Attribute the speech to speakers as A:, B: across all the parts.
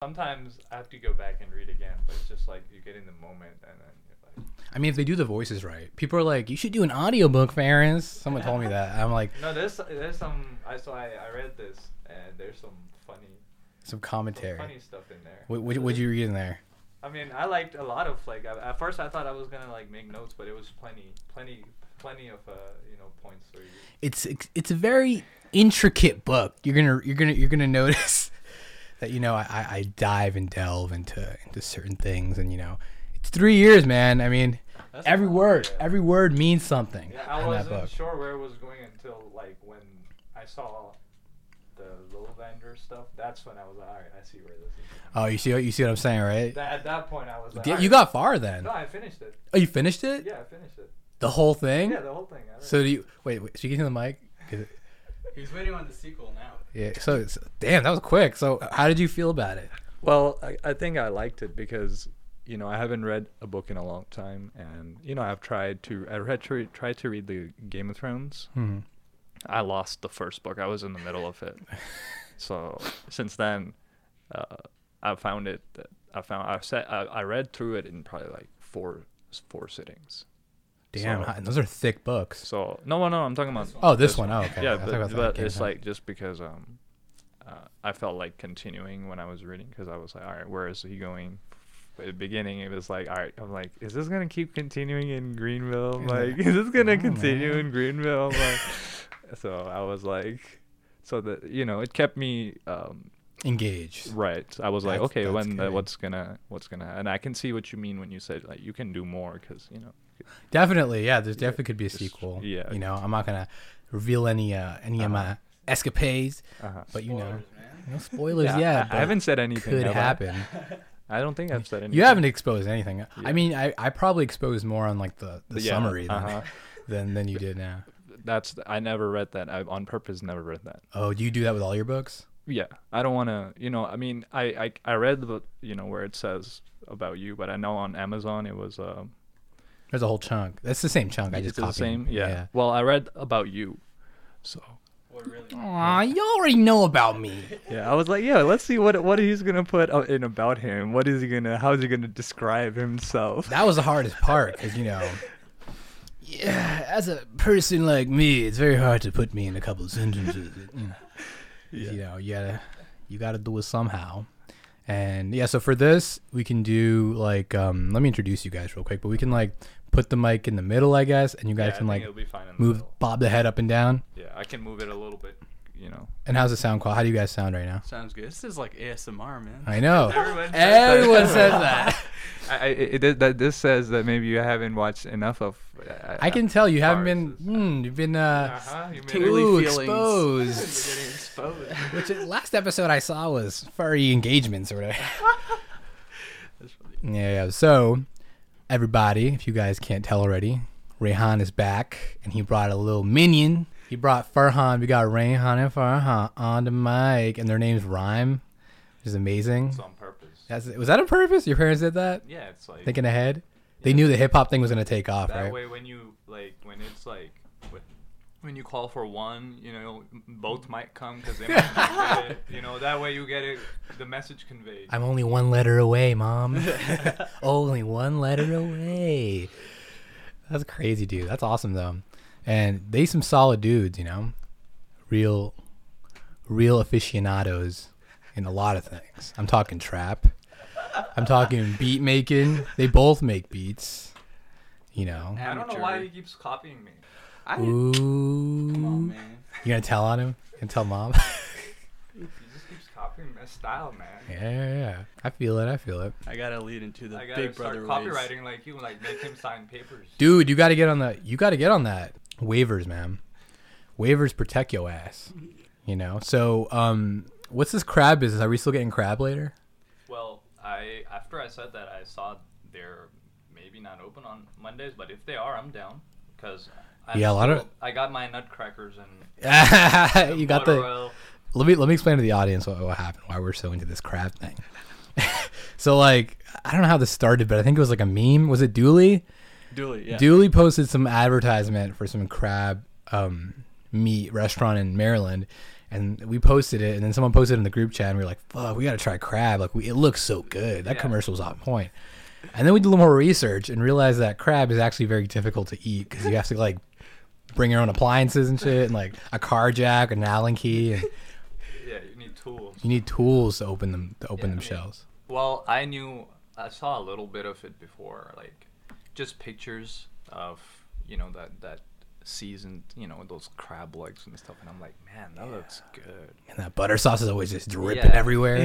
A: Sometimes I have to go back and read again, but it's just like you get in the moment and then you're like,
B: I mean, if they do the voices right, people are like, you should do an audiobook, Ferris. Someone told me that. I'm like,
A: no, there's there's some. I so I, I read this and there's some funny
B: some
A: funny
B: commentary.
A: stuff in there.
B: What would you read in there?
A: I mean, I liked a lot of like. I, at first, I thought I was gonna like make notes, but it was plenty, plenty, plenty of uh, you know points for you.
B: It's it's a very intricate book. You're gonna you're gonna you're gonna notice that you know I, I I dive and delve into into certain things, and you know it's three years, man. I mean,
A: That's
B: every
A: a lot,
B: word
A: yeah.
B: every word means something
A: Yeah, I
B: in that
A: wasn't
B: book.
A: sure where it was going until like when I saw the Lowlander stuff. That's when I was like, all right, I see where this is. going."
B: Oh, you see what you see what I'm saying, right?
A: That, at that point, I was like,
B: Yeah,
A: "All
B: you
A: right."
B: got far then.
A: No, I finished it.
B: Oh, you finished it?
A: Yeah, I finished it.
B: The whole thing?
A: Yeah, the whole thing. I read
B: So do you wait? wait speaking to the mic. 'Cause it-
C: He's waiting on the sequel now.
B: Yeah. So, so damn, that was quick. So how did you feel about it?
A: Well, I, I think I liked it because you know I haven't read a book in a long time, and you know I've tried to I read to, tried to read the Game of Thrones. I lost the first book. I was in the middle of it, so since then, uh, I found it. That I found I said I, I read through it in probably like four four sittings.
B: Damn,
A: So-
B: hi- those are thick books.
A: So no, no, no. I'm talking about
B: Oh, this one. Oh, okay. I
A: yeah,
B: thought it was
A: but,
B: like
A: but
B: Game of
A: it's
B: Thrones.
A: like just because um, uh, I felt like continuing when I was reading because I was like, all right, where is he going? At the beginning, it was like, all right, I'm like, is this gonna keep continuing in Greenville? I'm like, is this
B: Oh,
A: gonna continue in Greenville? I'm like, so I was like, so that you know, it kept me um,
B: engaged.
A: right. I was like,
B: That's-
A: okay,
B: that's
A: when the,
B: good.
A: what's gonna what's gonna, and I can see what you mean when you said like you can do more because you know,
B: Definitely, yeah. There's definitely could be a sequel.
A: yeah.
B: You know, I'm not gonna reveal any uh any of my escapades,
A: Uh-huh.
B: but you know,
C: man.
B: no spoilers.
A: I-
B: Yeah,
A: I- I,
B: but
A: haven't said anything.
B: Could
A: have I?
B: happen.
A: I don't think I've said anything.
B: You haven't exposed anything. I mean, I, I probably exposed more on like the, the
A: Yeah,
B: summary than,
A: uh-huh.
B: than than you did now.
A: That's I never read that. I on purpose never read that.
B: Oh, do you do that with all your books?
A: Yeah, I don't want to. You know, I mean, I, I I read the you know where it says about you, but I know on Amazon it was um
B: There's a whole chunk. That's the same chunk. I just
A: it's
B: copied.
A: the same. Yeah. Well, I read about you, so
C: What really?
B: Aw, you already know about me.
A: yeah, I was like, yeah, let's see what what he's gonna put out in about him. What is he gonna? How is he gonna describe himself?
B: That was the hardest part, because you know. Yeah, as a person like me, it's very hard to put me in a couple of sentences. You know, you, know you gotta you gotta do it somehow. And yeah, so for this, we can do like um, let me introduce you guys real quick, but we can like put the mic in the middle, I guess, and you guys can like
A: be fine. In
B: move bob the head up and down.
A: Yeah, I can move it a little bit. You know.
B: And how's the sound quality? How do you guys sound right now?
C: Sounds good. This is like ASMR, man.
B: I know.
C: Everyone says that.
B: Everyone says that.
A: I, I it, it, that this says that maybe you haven't watched enough of.
B: I can tell you haven't been.
A: Ours
B: Mm, you've been uh,
A: Uh-huh, you made it.
C: Tingly
B: ooh,
C: feelings.
B: exposed.
C: We're getting exposed.
B: Which uh, last episode I saw was furry engagements or whatever.
C: That's really-
B: yeah, yeah. So everybody, if you guys can't tell already, Rayhan is back and he brought a little minion. He brought Farhan. We got Rayhan and Farhan on the mic, and their names rhyme, which is amazing.
A: on purpose.
B: That's, was that on purpose? Your parents did that,
A: Yeah, it's like
B: thinking ahead. They knew the hip hop thing was gonna take off,
A: that
B: right?
A: way when you like when it's like when- when you call for one, you know both might come because they might not get it. You know that way you get it, the message conveyed.
B: I'm only one letter away, mom. only one letter away. That's crazy, dude. That's awesome though. And they some solid dudes, you know. Real real aficionados in a lot of things. I'm talking trap. I'm talking beat making. They both make beats. You know.
A: I don't know why
C: Amateur.
A: he keeps copying me.
C: I didn't. Come
A: Oh,
C: on,
B: Ooh.
C: man.
B: You gonna tell on him? You gonna tell mom?
A: He just keeps copying my style, man.
B: yeah, yeah, yeah. I feel it, I feel it.
C: I gotta lead into the
A: I gotta
C: Big
A: start
C: Brother ways.
A: copywriting like you, like make him sign papers.
B: Dude, you gotta get on the you gotta get on that. Waivers, man. Waivers protect your ass. You know? So, um what's this crab business? Are we still getting crab later?
A: Well, I after I said that, I saw they're maybe not open on Mondays, but if they are, I'm down because.
B: Yeah, a lot of-
A: I got my nutcrackers and
B: you got
A: butter
B: the
A: oil.
B: let me let me explain to the audience what, what happened, why we're so into this crab thing. so like I don't know how this started, but I think it was like a meme. Was it Dooley?
A: Dooley, yeah.
B: Dooley posted some advertisement for some crab um, meat restaurant in Maryland, and we posted it, and then someone posted it in the group chat, and we were like, "Fuck, we gotta try crab! Like, we, it looks so good. That
A: Yeah.
B: commercial was on point." And then we did a little more research and realized that crab is actually very difficult to eat because you have to like bring your own appliances and shit, and like a car jack, an Allen key, and
D: Yeah, you need tools.
B: you need tools to open them to open
A: Yeah,
B: them
A: I mean-
B: shells.
A: Well, I knew I saw a little bit of it before, like just pictures of you know that that seasoned, you know, those crab legs and stuff, and I'm like, man, that looks good.
B: And that butter sauce is always just dripping
A: Yeah.
B: everywhere.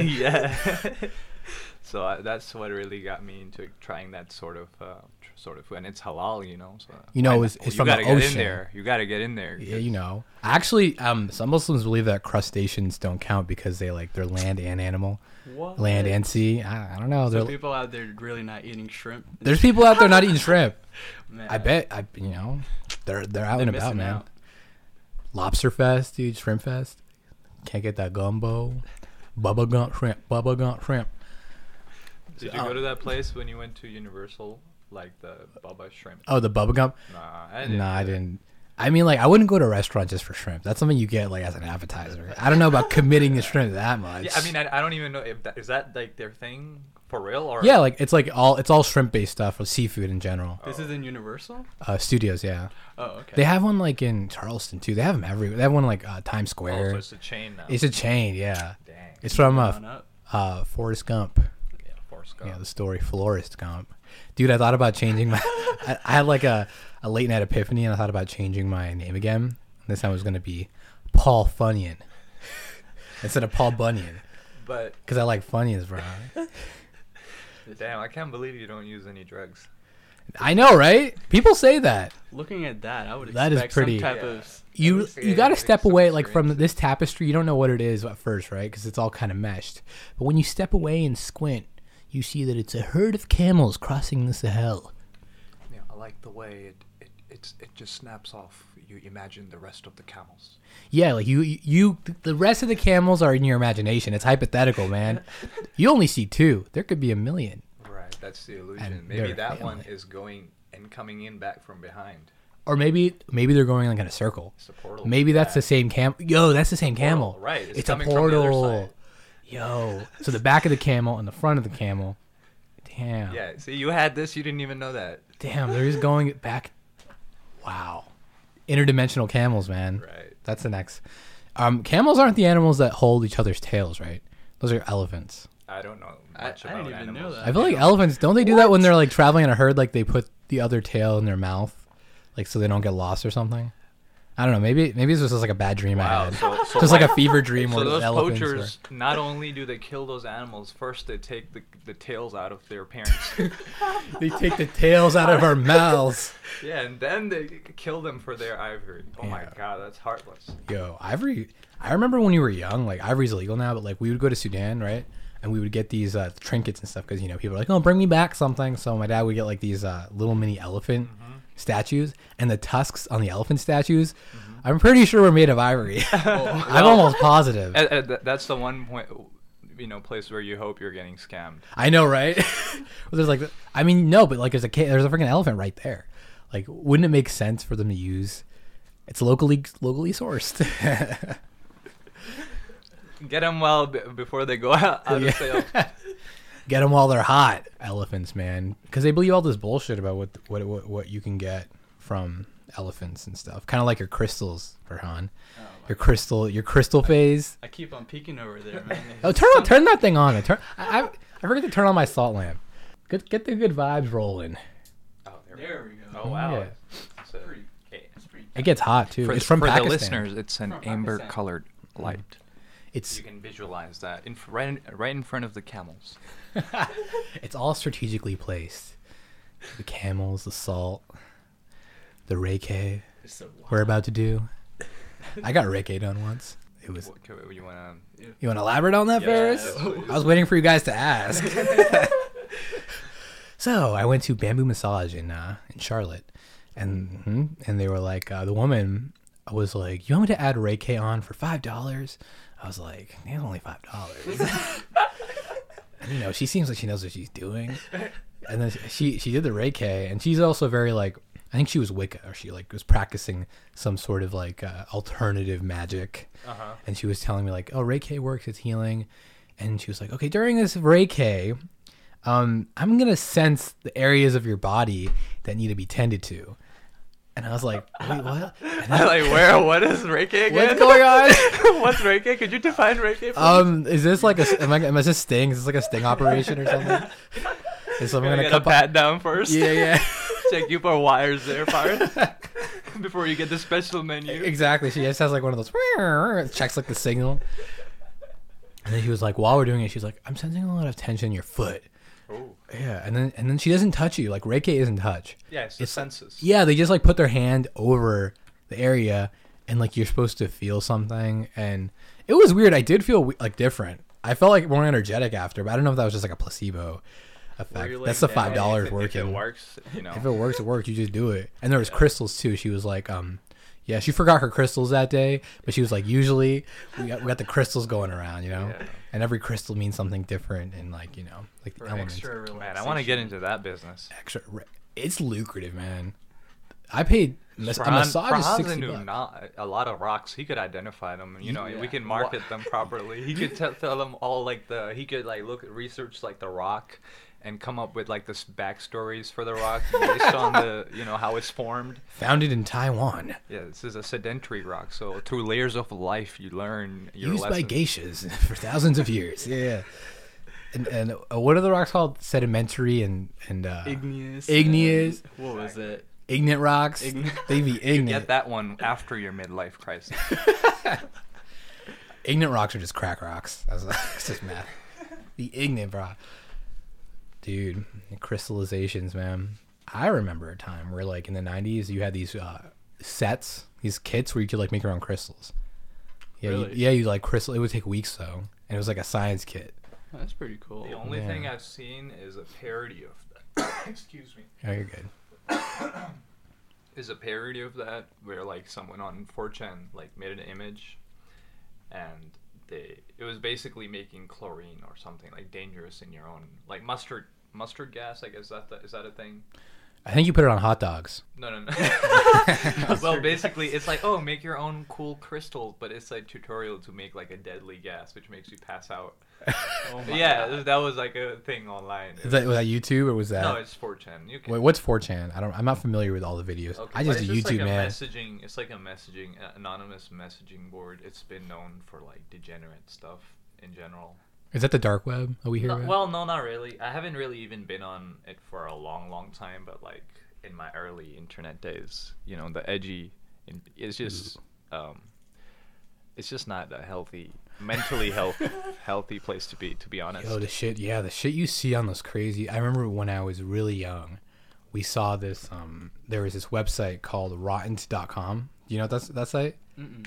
A: yeah. so I, that's what really got me into trying that sort of uh, tr- sort of food, and it's halal, you know. So
B: You know,
A: why
B: it's-
A: not?
B: it's
A: you
B: from the
A: gotta get
B: ocean.
A: in there. You gotta get in there.
B: Yeah, you know. Actually, um, some Muslims believe that crustaceans don't count because they like they're land and animal,
A: What?
B: land and sea. I, I don't know.
C: So
B: They're-
C: people out there really not eating shrimp.
B: there's people out there not eating shrimp.
C: Man,
B: I bet. I you know, they're they're out
C: they're
B: and about,
C: missing
B: man.
C: out.
B: Lobster fest, dude. Shrimp fest. Can't get that gumbo. Bubba gump shrimp. Bubba gump shrimp.
D: Did you go to that place when you went to Universal, like the Baba Shrimp?
B: Oh, the bubba gump.
D: Nah, I didn't.
B: No, I
D: do that.
B: didn't. I mean, like, I wouldn't go to a restaurant just for shrimp. That's something you get like as an appetizer. I don't know about committing the shrimp that much.
D: Yeah, I mean, I, I don't even know if that is that like their thing for real or
B: Yeah, like it's like all it's all shrimp based stuff or seafood in general.
C: This is in Universal.
B: Uh, studios, yeah.
C: Oh, okay.
B: They have one like in Charleston too. They have them everywhere. They have one like uh, Times
D: Oh,
B: Square.
D: so it's a chain now.
B: it's a chain, yeah.
D: Dang.
B: It's from uh,
C: Come on up.
B: uh Forrest Gump.
D: yeah, Forrest
B: You know
A: Oh.
D: Gump.
B: the story Forrest Gump. Dude, I thought about changing my. I, I had like a, a late night epiphany, and I thought about changing my name again. And this time it was gonna be Paul Funyon instead of Paul Bunyan,
D: But
B: because I like Funyuns, bro.
D: damn, I can't believe you don't use any drugs.
B: I know, right? People say that.
C: Looking at that, I would
B: That is
C: expect
B: pretty-
C: some type
D: Yeah.
C: of s-
B: you
D: least
B: you
D: it
B: got to
D: makes
B: step
D: some
B: away like from
D: strange-
B: this tapestry you don't know what it is at first right because it's all kind of meshed but when you step away and squint you see that it's a herd of camels crossing the sahel
D: Yeah, I like the way it, it it's it just snaps off. You imagine the rest of the camels.
B: yeah like you you the rest of the camels are in your imagination it's hypothetical man you only see two there could be a million
D: Right, that's the illusion.
B: And
D: Maybe
B: their
D: that one
B: family.
D: is going and coming in back from behind.
B: or maybe maybe they're going like in a circle
D: It's a portal.
B: maybe that's
D: Yeah.
B: the same camel yo that's the same camel
D: Portal, right,
B: it's,
D: it's
B: a
D: coming from the other
B: portal
D: side.
B: yo so the back of the camel and the front of the camel damn
D: Yeah, see, you had this, you didn't even know that.
B: Damn, they're just going back. Wow, interdimensional camels, man.
D: Right.
B: That's the next. Um, camels aren't the animals that hold each other's tails, right? Those are elephants.
D: I don't know
C: I-
D: much
C: I
D: about
C: didn't even know
D: animals.
C: that.
B: I feel like elephants don't they do that when they're like traveling in a herd? Like they put the other tail in their mouth, like so they don't get lost or something. I don't know. Maybe maybe this was just like a bad dream I
D: Wow,
B: had.
D: Oh, so- so
B: just like a fever dream
D: So
B: where
D: those
B: elephants were-
D: poachers, not only do they kill those animals, first they take the, the tails out of their parents.
B: they take the tails out of our mouths.
D: yeah, and then they kill them for their ivory. Oh my
B: Yeah.
D: god, that's heartless.
B: Yo, ivory. I remember when we were young, like ivory's illegal now, but like we would go to Sudan, right? And we would get these uh, trinkets and stuff because you know people are like, "Oh, bring me back something." So my dad would get like these uh, little mini elephant statues, and the tusks on the elephant statues, I'm pretty sure were made of ivory. I'm almost positive.
D: And- and Uh, th- that's the one point, you know, place where you hope you're getting scammed.
B: I know, right? But there's like, I mean, no, but like, there's a ca- there's a freaking elephant right there. Like, wouldn't it make sense for them to use? It's locally locally sourced.
D: Get them well b- before they go out, out of sale.
B: Get them while they're hot, elephants, man. Because they believe all this bullshit about what what what, what you can get from elephants and stuff. Kind of like your crystals, Farhan.
D: Oh,
B: your crystal, your crystal phase.
C: I keep on peeking over there, man.
B: Oh, turn on, turn that thing on. I turn. I, I I forget to turn on my salt lamp. Good, get the good vibes rolling.
D: Oh, there we go.
C: There we go.
D: Oh wow.
B: Yeah.
D: It's a-
C: Pretty- it's pretty-
B: It gets hot too.
D: For,
B: it's
D: the-
B: from
D: for
B: Pakistan.
D: the listeners, it's an
C: From Pakistan.
D: amber colored light.
B: It's
D: You can visualize that in, f- right, in, right in front of the camels.
B: it's all strategically placed. The camels, the salt, the reiki.
C: Oh, It's so wild.
B: We're about to do. I got reiki done once. It was
D: What, can, you want to?
B: You want to elaborate on that,
D: Yeah,
B: Ferris?
D: please.
B: I was waiting for you guys to ask. so I went to Bamboo Massage in uh, in Charlotte, and mhm, and they were like, uh, the woman was like, "You want me to add Reiki on for five dollars?" I was like, "It's only five dollars." you know, she seems like she knows what she's doing. And then she she did the Reiki, and she's also very like I think she was Wicca, or she like was practicing some sort of like uh, alternative magic.
D: Uh-huh.
B: And she was telling me like, oh, Reiki works, it's healing. And she was like, okay, during this Reiki, um, I'm gonna sense the areas of your body that need to be tended to. And I was like, wait, what? And I-
A: I'm like, where? What is Reiki again?
B: What's going on?
A: What's Reiki? Could you define Reiki? For
B: Um, is this like a am I am I this sting? Is this like a sting operation or something? Is
A: me?
B: someone
A: Gotta
B: gonna
A: get a
B: cut my-
A: pat down first.
B: Yeah, yeah.
A: Check you for wires there first before you get the special menu.
B: exactly. She just has like one of those checks like the signal. And then he was like, while we're doing it, she's like, I'm sensing a lot of tension in your foot.
A: Oh,
B: Yeah, and then and then she doesn't touch you. Like Reiki isn't touch.
A: yeah, it's the
B: It's-
A: senses.
B: Yeah, they just like put their hand over the area, and like you're supposed to feel something. And it was weird. I did feel we- like different. I felt like more energetic after, but I don't know if that was just like a placebo
A: Where
B: effect.
A: you're
B: That's the
A: laying down,
B: five dollars
A: if it- If it
B: working.
A: works, you know.
B: If it works, it works. You just do it. And there was crystals too. She was like, um, yeah, she forgot her crystals that day, but she was like, usually we got, we got the crystals going around, you know,
A: Yeah.
B: and every crystal means something different, and like you know, like the
C: For
B: elements.
C: extra relaxation.
A: Man, I want to get into that business.
B: Extra re- it's lucrative, man. I paid mas- a massage is
A: Franz
B: sixty
A: knew
B: bucks.
A: not a lot of rocks. He could identify them. You know,
C: Yeah.
A: we can market them properly. He could tell, tell them all like the. He could like look research like the rock, and come up with like this backstories for the rock based on the you know how it's formed.
B: Founded in Taiwan,
A: Yeah, this is a sedentary rock. So through layers of life, you learn your
B: used by
A: lessons.
B: geishas for thousands of years. Yeah. And, and uh, what are the rocks called? Sedimentary and and uh,
C: Igneous.
B: Igneous.
C: and- What was it?
B: ignorant rocks.
C: Ign-
B: they be ignorant.
A: Get that one after your midlife crisis.
B: Ignorant rocks are just crack rocks. That's, that's just math. The ignorant rock. Dude, crystallizations, man. I remember a time where, like, in the 90s, you had these uh, sets, these kits where you could, like, make your own crystals. Yeah,
C: Really?
B: you, yeah, you, like, crystal. It would take weeks, though. And it was, like, a science kit.
C: Oh, that's pretty cool.
A: the only
B: Yeah.
A: thing I've seen is a parody of that. Excuse me.
B: Oh, you're good.
A: is a parody of that where like someone on 4chan like made an image and they it was basically making chlorine or something like dangerous in your own like mustard mustard gas I guess that the, is that a thing
B: I think you put it on hot dogs.
A: no no no well basically it's like oh make your own cool crystal but it's like tutorial to make like a deadly gas which makes you pass out
C: Oh my
A: yeah
C: God.
A: that was like a thing online
B: Is that, was that YouTube or was that?
A: no it's 4chan you can
B: Wait, what's 4chan? I don't. I'm not familiar with all the videos. I
A: but
B: just
A: it's
B: do YouTube,
A: like
B: man.
A: A messaging, it's like a messaging, a- anonymous messaging board. It's been known for like degenerate stuff in general.
B: Is that the dark web? Are we here?
A: No-
B: about?
A: well, no, not really. I haven't really even been on it for a long, long time. But like in my early internet days, you know, the edgy, in- it's just, um, it's just not a healthy, mentally health, healthy place to be. To be honest.
B: Oh, the shit, yeah, the shit you see on those crazy. I remember when I was really young, we saw this. Um, there was this website called Rotten.com. Do you know what that's that site?
C: Mm-mm.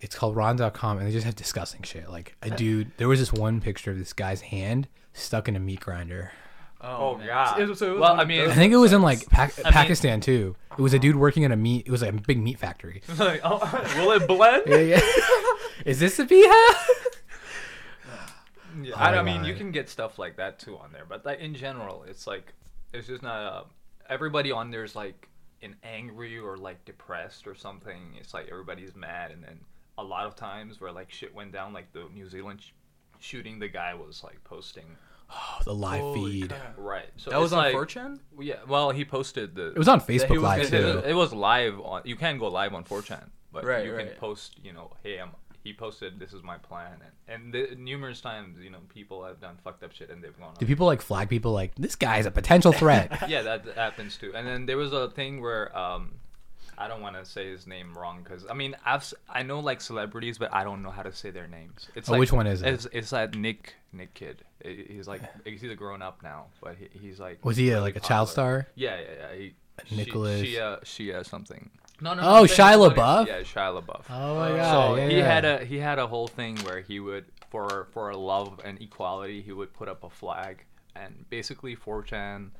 B: It's called Rotten.com, and they just have disgusting shit. Like
C: Uh.
B: a dude, there was this one picture of this guy's hand stuck in a meat grinder.
A: Oh,
C: man.
A: God.
C: It was- so it was
A: well,
C: one
A: I
C: of
A: mean,
B: I think it was in like Pac
A: I mean-
B: Pakistan too. It was a dude working in a meat. It was like a big meat factory.
A: like, oh, will it blend?
B: yeah, yeah. Is this a beehive?
A: Yeah,
B: Oh
A: I,
B: my
A: I mean, you
B: God.
A: can get stuff like that too on there, but like in general, it's like it's just not a, everybody on there's like an angry or like depressed or something. It's like everybody's mad, and then a lot of times where like shit went down, like the New Zealand sh- shooting, the guy was like posting
B: Oh, the live
C: Holy
B: feed.
C: crap.
A: right. So
C: That was
A: it's
C: on
A: like-
C: 4chan?
A: Yeah, well, he posted the.
B: It was on
A: he
B: Facebook
A: it,
B: Live
A: it-
B: too.
A: it was live on. You can go live on 4chan, but
C: Right,
A: you can
C: right.
A: post. You know, hey, I'm. He posted, "This is my plan," and, and the, numerous times, you know, people have done fucked up shit, and they've gone.
B: Do
A: on.
B: people like flag people like this guy is a potential threat?
A: yeah, that happens too. And then there was a thing where um, I don't want to say his name wrong because I mean I've s- I know like celebrities, but I don't know how to say their names. It's
B: Oh,
A: like,
B: which one is it?
A: It's, it's like Nick Nick Kid. I- He's like he's a grown up now, but he, he's like
B: Was he a, like a child
A: popular.
B: star?
A: Yeah, yeah, yeah. He, she-
B: Nicholas.
A: She, uh, she, uh, something. No, no.
B: no, Oh, I'm saying Shia Nickelodeon. LaBeouf?
A: Yeah, Shia LaBeouf.
B: Oh my
A: so
B: god! yeah,
A: he
B: yeah.
A: had a he had a whole thing where he would for for love and equality he would put up a flag and basically 4chan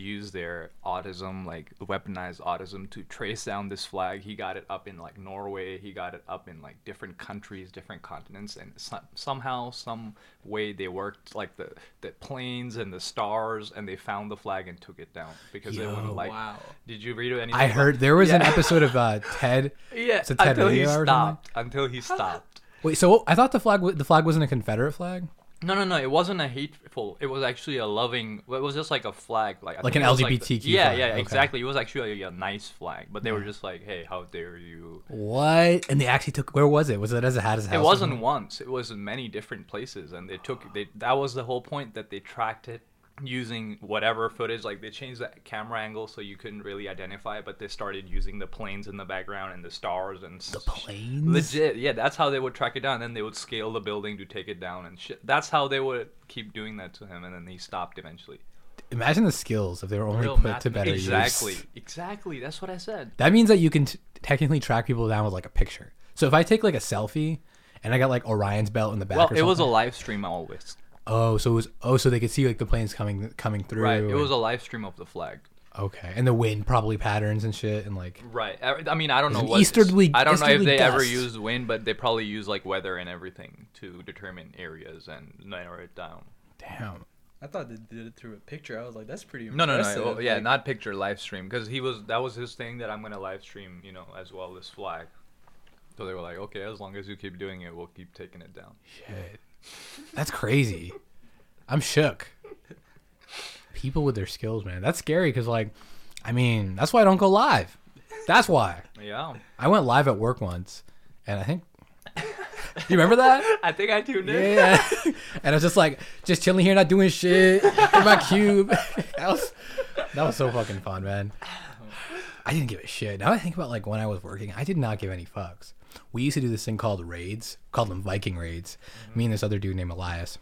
A: use their autism, like weaponized autism, to trace down this flag. He got it up in like Norway. He got it up in like different countries, different continents, and some, somehow, some way, they worked like the the planes and the stars, and they found the flag and took it down because they
B: Yo.
A: wouldn't like.
C: Wow.
A: Did you read anything?
B: I
A: about-
B: heard there was an
A: Yeah.
B: episode of uh, Ted.
A: Yeah,
B: it's a Ted
A: until he
B: video or something.
A: stopped. Until he stopped.
B: Wait, so I thought the flag wa- the flag wasn't a Confederate flag,
A: No, no, no. It wasn't a hateful. It was actually a loving. It was just like a flag, like I
B: Like
A: think
B: an
A: it was
B: LGBTQ
A: the- yeah,
B: flag,
A: yeah,
B: okay.
A: exactly. It was actually a, nice flag, but they were just like, "Hey, how dare you?"
B: what? And they actually took where was it? Was it as a hat as a house?
A: It wasn't once. It was in many different places, and they took. They that was the whole point that they tracked it using whatever footage. Like they changed the camera angle so you couldn't really identify, it, but they started using the planes in the background and the stars and the
B: planes?
A: Legit, yeah. That's how they would track it down. Then they would scale the building to take it down and shit. That's how they would keep doing that to him, and then he stopped eventually.
B: Imagine the skills if they were only
C: Real
B: put to better use.
A: Exactly, exactly. That's what I said.
B: That means that you can t- technically track people down with like a picture. So if I take like a selfie and I got like Orion's belt in the back,
A: Well,
B: or
A: it was a
B: something-
A: live stream always.
B: oh, so it was oh, so they could see like the planes coming coming through.
A: Right, it was
B: and-
A: a live stream of the flag.
B: okay, and the wind probably patterns and shit, and like
A: Right. I I mean, I don't
B: It's
A: know
B: an
A: what
B: easterly-
A: I don't know if
B: easterly
A: they ever
B: gust.
A: used wind, but they probably use like weather and everything to determine areas and narrow it down.
B: damn.
C: I thought they did it through a picture. I was like, that's pretty
A: No, no, no.
C: impressive.
A: well, yeah,
C: Like,
A: not picture live stream because he was that was his thing that I'm gonna live stream, you know, as well as flag. So they were like, okay, as long as you keep doing it, we'll keep taking it down.
B: Shit. That's crazy. I'm shook. People with their skills, man. That's scary because, like, I mean, that's why I don't go live. That's why.
A: Yeah,
B: I went live at work once, and I think. You remember that?
A: I think I tuned in.
B: Yeah. And I was just like, just chilling here, not doing shit in my cube. That was, that was so fucking fun, man. I didn't give a shit. Now I think about like when I was working, I did not give any fucks. We used to do this thing called raids, called them Viking raids. Me and this other dude named Elias.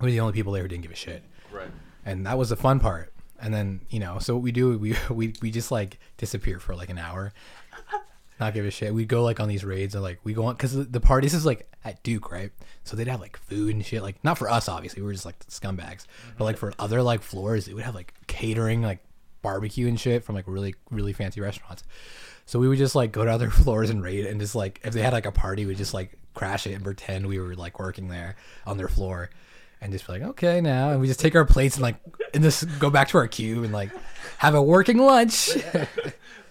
B: We were the only people there who didn't give a shit
A: Right.
B: and that was the fun part. And then you know, so what we do, we we we just like disappear for like an hour, not give a shit. We go like on these raids and like we go on because the, the party this is like at Duke, right? So they'd have like food and shit, like not for us obviously, we were just like scumbags, but like for other like floors, they would have like catering, like barbecue and shit from like really really fancy restaurants. So we would just like go to other floors and raid and just like if they had like a party, we'd just like crash it and pretend we were like working there on their floor and just be like, okay, now, and we just take our plates and like, and just go back to our cube and like, have a working lunch.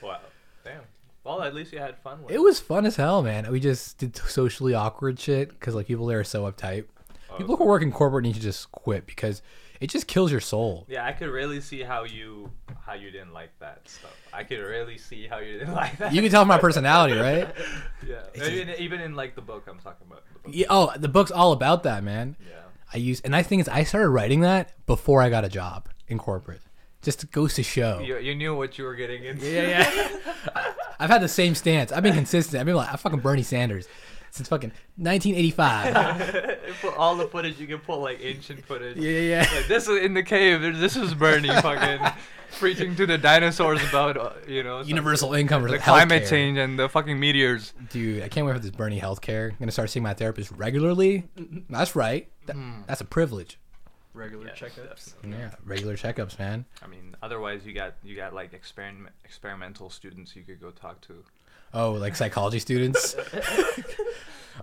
A: Wow. Damn. Well, at least you had fun with
B: it was fun as hell, man. We just did socially awkward shit because like people there are so uptight.
A: Oh,
B: people who work in corporate need to just quit because it just kills your soul.
A: Yeah, I could really see how you how you didn't like that stuff. I could really see how you didn't like that.
B: You can tell from my personality, right?
A: yeah,
B: It's
A: even, even in like the book I'm talking about. The book.
B: Yeah, oh, the book's all about that, man.
A: Yeah.
B: I use, and I think it's I started writing that before I got a job in corporate. Just goes to show.
A: You, you knew what you were getting into.
B: Yeah, yeah. I've had the same stance. I've been consistent. I've been like, I fucking Bernie Sanders since fucking 1985.
A: Put all the footage you can pull, like ancient footage.
B: yeah, yeah, yeah.
A: Like, this is in the cave. This is Bernie fucking preaching to the dinosaurs about uh, you know some-
B: Universal income or
A: the
B: healthcare.
A: climate change and the fucking meteors.
B: Dude, I can't wait for this Bernie healthcare. I'm gonna start seeing my therapist regularly. That's right. That,
A: Hmm.
B: That's a privilege.
C: regular
A: Yeah,
C: checkups.
B: Yeah, regular checkups, man.
A: I mean, otherwise you got you got like experiment experimental students you could go talk to.
B: Oh, like psychology students.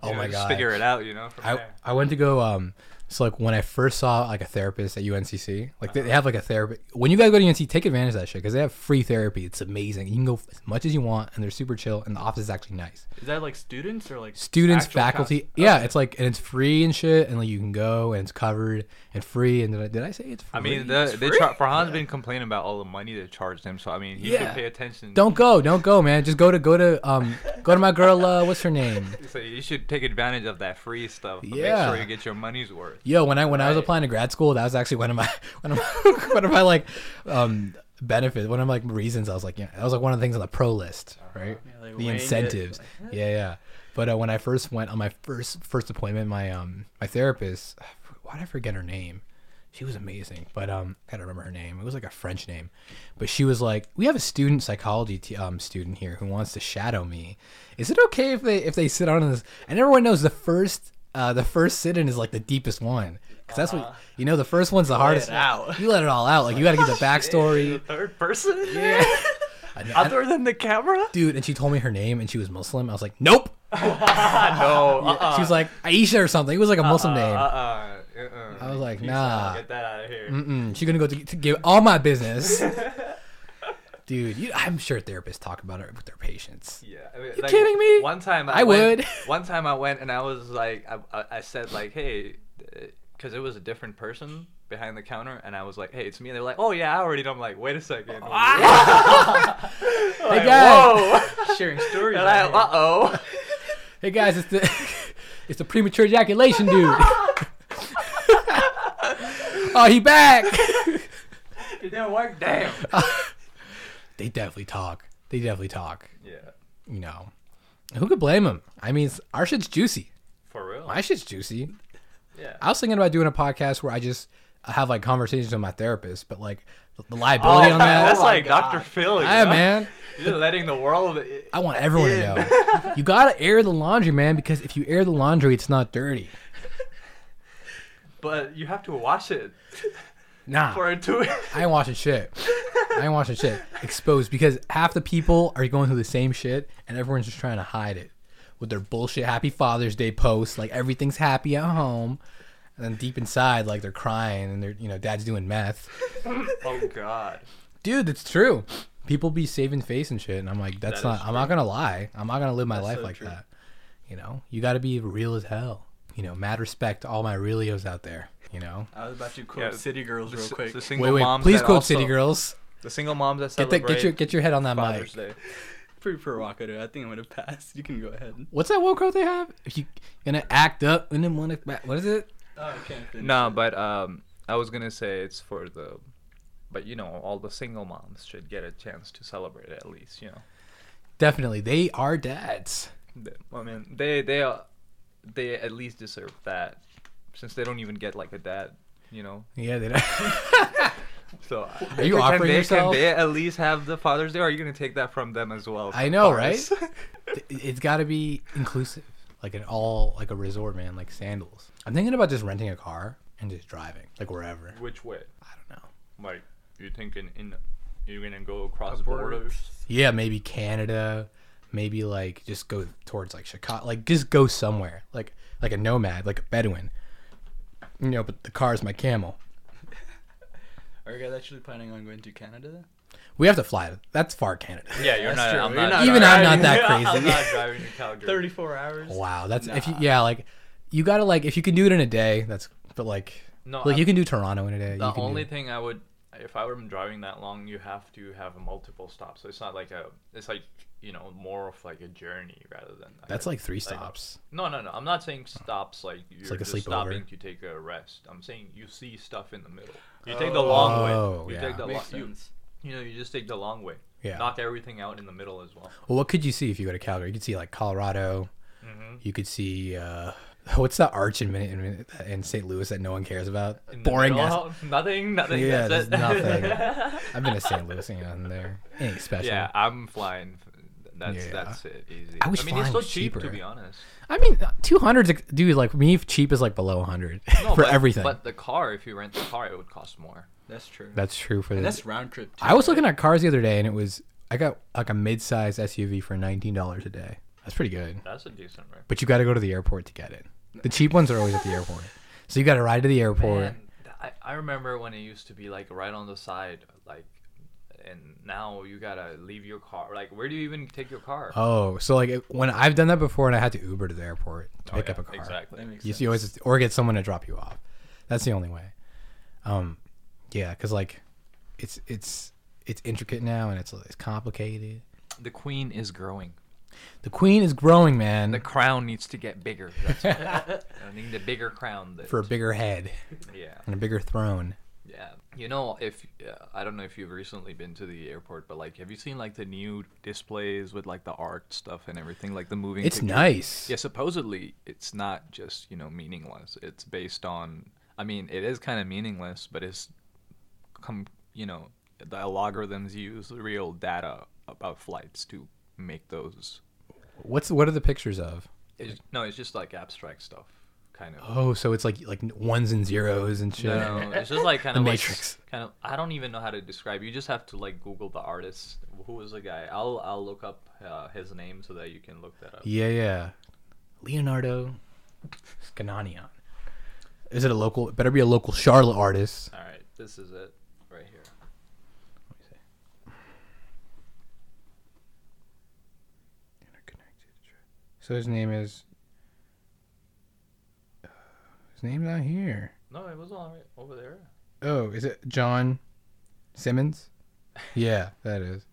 B: oh
A: You know,
B: my
A: just
B: god.
A: Figure it out, you know. From
B: I,
A: there.
B: I went to go um so like when I first saw like a therapist at UNCC like they, they have like a therapist when you guys go to UNC take advantage of that shit because they have free therapy it's amazing you can go as much as you want and they're super chill and the office is actually nice
C: Is that like students or like
B: students
C: actual
B: faculty
C: cons-
B: yeah it's like and it's free and shit and like you can go and it's covered and free and did I, did I say it's free
A: I mean, the, they char- Farhan's been complaining about all the money they charged him, so I mean, he
B: Yeah.
A: should pay attention.
B: don't go don't go man just go to go to um go to my girl uh what's her name
A: So you should take advantage of that free stuff. But Make
B: Yeah.
A: sure you get your money's worth.
B: Yo, when I when I was
C: Right.
B: applying to grad school, that was actually one of my one of my, one of my like um benefits, one of my like, reasons. I was like, yeah, that was like one of the things on the pro list, right?
C: Yeah, like
B: the
C: weighing it.
B: incentives, yeah, yeah. But uh, when I first went on my first first appointment, my um my therapist, why did I forget her name? She was amazing, but um I gotta remember her name. It was like a French name, but she was like, we have a student psychology t- um student here who wants to shadow me. Is it okay if they if they sit on this? And everyone knows the first uh, the first sit-in is like the deepest one because that's what Uh-huh. you know. The first one's the hardest.
A: out.
B: You let it all out. Oh, Like you got to get the backstory.
A: Third person?
B: I- I-
A: Other than the camera?
B: dude, and she told me her name, and she was Muslim. I was like, nope.
A: no.
B: She was like Aisha or something. It was like a Muslim name.
A: Uh-uh. Uh-uh.
B: I was like, nah.
A: Get that out of here.
B: Mm-mm, she's gonna go to, to give all my business. Dude, you, I'm sure therapists talk about it with their patients.
A: Yeah, I mean, like,
B: kidding me?
A: One time I,
B: I
A: went-
B: would.
A: One time I went and I was like, I, I, I said like, hey, because it was a different person behind the counter, and I was like, hey, it's me. And they were like, oh yeah, I already know. I'm like, wait a second.
B: Hey guys,
C: sharing stories.
A: and
C: out
A: I,
C: here.
A: uh oh.
B: hey guys, it's the it's the premature ejaculation, dude. oh, he back.
A: It didn't work. Damn.
B: they definitely talk. They definitely talk.
A: yeah,
B: You know, who could blame them? I mean, it's- our shit's juicy.
A: for real.
B: My shit's juicy.
A: Yeah.
B: I was thinking about doing a podcast where I just have like conversations with my therapist, but like the- the liability on that.
A: Oh,
B: Oh
A: That's like Dr. Phil. you
B: yeah,
A: know?
B: man.
A: You're just letting the world.
B: I want everyone to know. You gotta air the laundry, man, because if you air the laundry, it's not dirty.
A: But you have to watch it
B: Nah,
A: for it to.
B: I ain't watching shit. I ain't watching shit. Exposed because half the people are going through the same shit, and everyone's just trying to hide it with their bullshit Happy Father's Day posts. Like everything's happy at home, and then deep inside, like they're crying and they're you know dad's doing meth.
A: oh God.
B: Dude, it's true. People be saving face and shit, and I'm like, that's
A: That
B: not.
A: is
B: I'm not gonna lie. I'm not gonna live my life
C: so
B: like
C: true.
B: that. You know, you got to be real as hell. You know, mad respect to all my realios out there. You know,
C: I was about to quote
A: Yeah,
C: City Girls real quick.
A: The
B: wait,
A: single
B: wait,
A: moms
B: please
A: that
B: quote
A: also-
B: City Girls.
A: The single moms that
B: Get,
A: celebrate
B: the, get your get your head on that mic.
A: Father's Day.
C: Pretty provocative. I think I'm gonna pass. You can go ahead.
B: What's that one quote they have? If you gonna act up and then wanna back- what is it?
C: Oh, I can't finish.
A: No, but um, I was gonna say it's for the, but you know, all the single moms should get a chance to celebrate at least. You know,
B: Definitely, they are dads.
A: The- I mean, they they are, they at least deserve that, since they don't even get like a dad. You know,
B: Yeah, they. Don't.
A: so
B: Are you
A: can
B: offering
A: they,
B: yourself?
A: Can they at least have the Father's Day? Or are you gonna take that from them as well?
B: I know,
A: Fathers?
B: right? Th- it's got to be inclusive, like an all like a resort, man, like sandals. I'm thinking about just renting a car and just driving, like wherever.
A: Which way?
B: I don't know.
A: Like you're thinking in, you're gonna go across
C: border.
A: borders.
B: Yeah, maybe Canada, maybe like just go towards like Chicago, like just go somewhere, like like a nomad, like a Bedouin. You know, but the car is my camel.
C: Are you guys actually planning on going to Canada?
B: We have to fly. to- That's far, Canada.
A: Yeah, you're
C: That's
A: not,
C: true.
A: I'm
C: You're
A: not.
C: not
B: Even I'm not
A: driving-
B: that
A: I'm
B: crazy.
A: not driving to Calgary.
C: Thirty-four hours.
B: Wow, that's if you
C: Nah.
B: yeah like you gotta like if you can do it in a day, that's but like
A: No,
B: like
A: I-
B: you can do Toronto in a day.
A: The
B: you can
A: only
B: do,
A: thing I would, if I were driving that long, you have to have multiple stops. So it's not like a, it's like you know more of like a journey rather than.
B: that's like three stops.
A: No, no, no. I'm not saying stops like you're
B: like a
A: just
B: sleepover.
A: stopping to take a rest. I'm saying you see stuff in the middle. You take the long
B: Oh,
A: way. You
B: yeah.
A: take the
C: Makes
A: lo- you,
C: sense.
A: you know, you just take the long way.
B: Yeah.
A: Knock everything out in the middle as well.
B: Well, what could you see if you go to Calgary? You could see like Colorado.
A: Mm-hmm.
B: You could see uh, what's that arch in, Min- in, in St. Louis that no one cares about?
A: In the
B: Boring.
A: middle,
B: Ass-
A: Nothing. Nothing.
B: yeah,
A: that's
B: there's
A: it.
B: nothing. I've been to St. Louis and nothing there. Ain't special.
A: yeah, I'm flying. That's
B: Yeah.
A: that's it. Easy.
B: I wish
A: mean, it's
B: flying
A: so
B: was
A: cheap to
B: cheaper.
A: be honest.
B: I mean, two hundreds, dude. Like me, cheap is like below hundred for
A: but,
B: everything.
A: But the car, if you rent the car, it would cost more.
C: That's true.
B: that's true for
C: And
B: this.
C: that's round trip. Too,
B: I was looking at cars the other day, and it was I got like a mid-sized SUV for nineteen dollars a day. That's pretty good.
A: That's a decent rate.
B: But you got to go to the airport to get it. The cheap ones are always at the airport, so you got to ride to the airport.
A: Man, th- I, I remember when it used to be like right on the side, like, and now you gotta leave your car. Like, where do you even take your car?
B: Oh, so like it- when I've done that before, and I had to Uber to the airport to
A: Oh,
B: pick
A: yeah,
B: up a car.
C: That
A: Exactly.
C: makes
B: You,
C: sense.
B: you always or get someone to drop you off. That's the only way. Um, yeah, because like it's it's it's intricate now and it's it's complicated.
A: The queen is growing.
B: The queen is growing, man,
A: The crown needs to get bigger. That's all. I need a bigger crown. That,
B: for a bigger head
A: yeah.
B: and a bigger throne.
A: Yeah, you know, if uh, I don't know if you've recently been to the airport, but like, have you seen like the new displays with like the art stuff and everything, like the moving?
B: It's
A: picture-
B: nice.
A: Yeah, supposedly it's not just you know meaningless. It's based on. I mean, it is kind of meaningless, but it's come. You know, the algorithms use real data about flights to make those.
B: What's what are the pictures of?
A: It's, no, it's just like abstract stuff. kind of.
B: Oh, so it's like like ones and zeros and shit.
A: No, it's just like kind
B: The
A: of like,
B: Matrix.
A: kind of. I don't even know how to describe. You just have to like Google the artist. Who was the guy? I'll I'll look up uh, his name so that you can look that up.
B: Yeah, yeah. Leonardo Scananion. Is it a local? It better be a local Charlotte artist.
A: All right, this is it right here.
B: So his name is. uh, His name's not here.
A: No, it was all right over there.
B: Oh, is it John Simmons? Yeah, that is.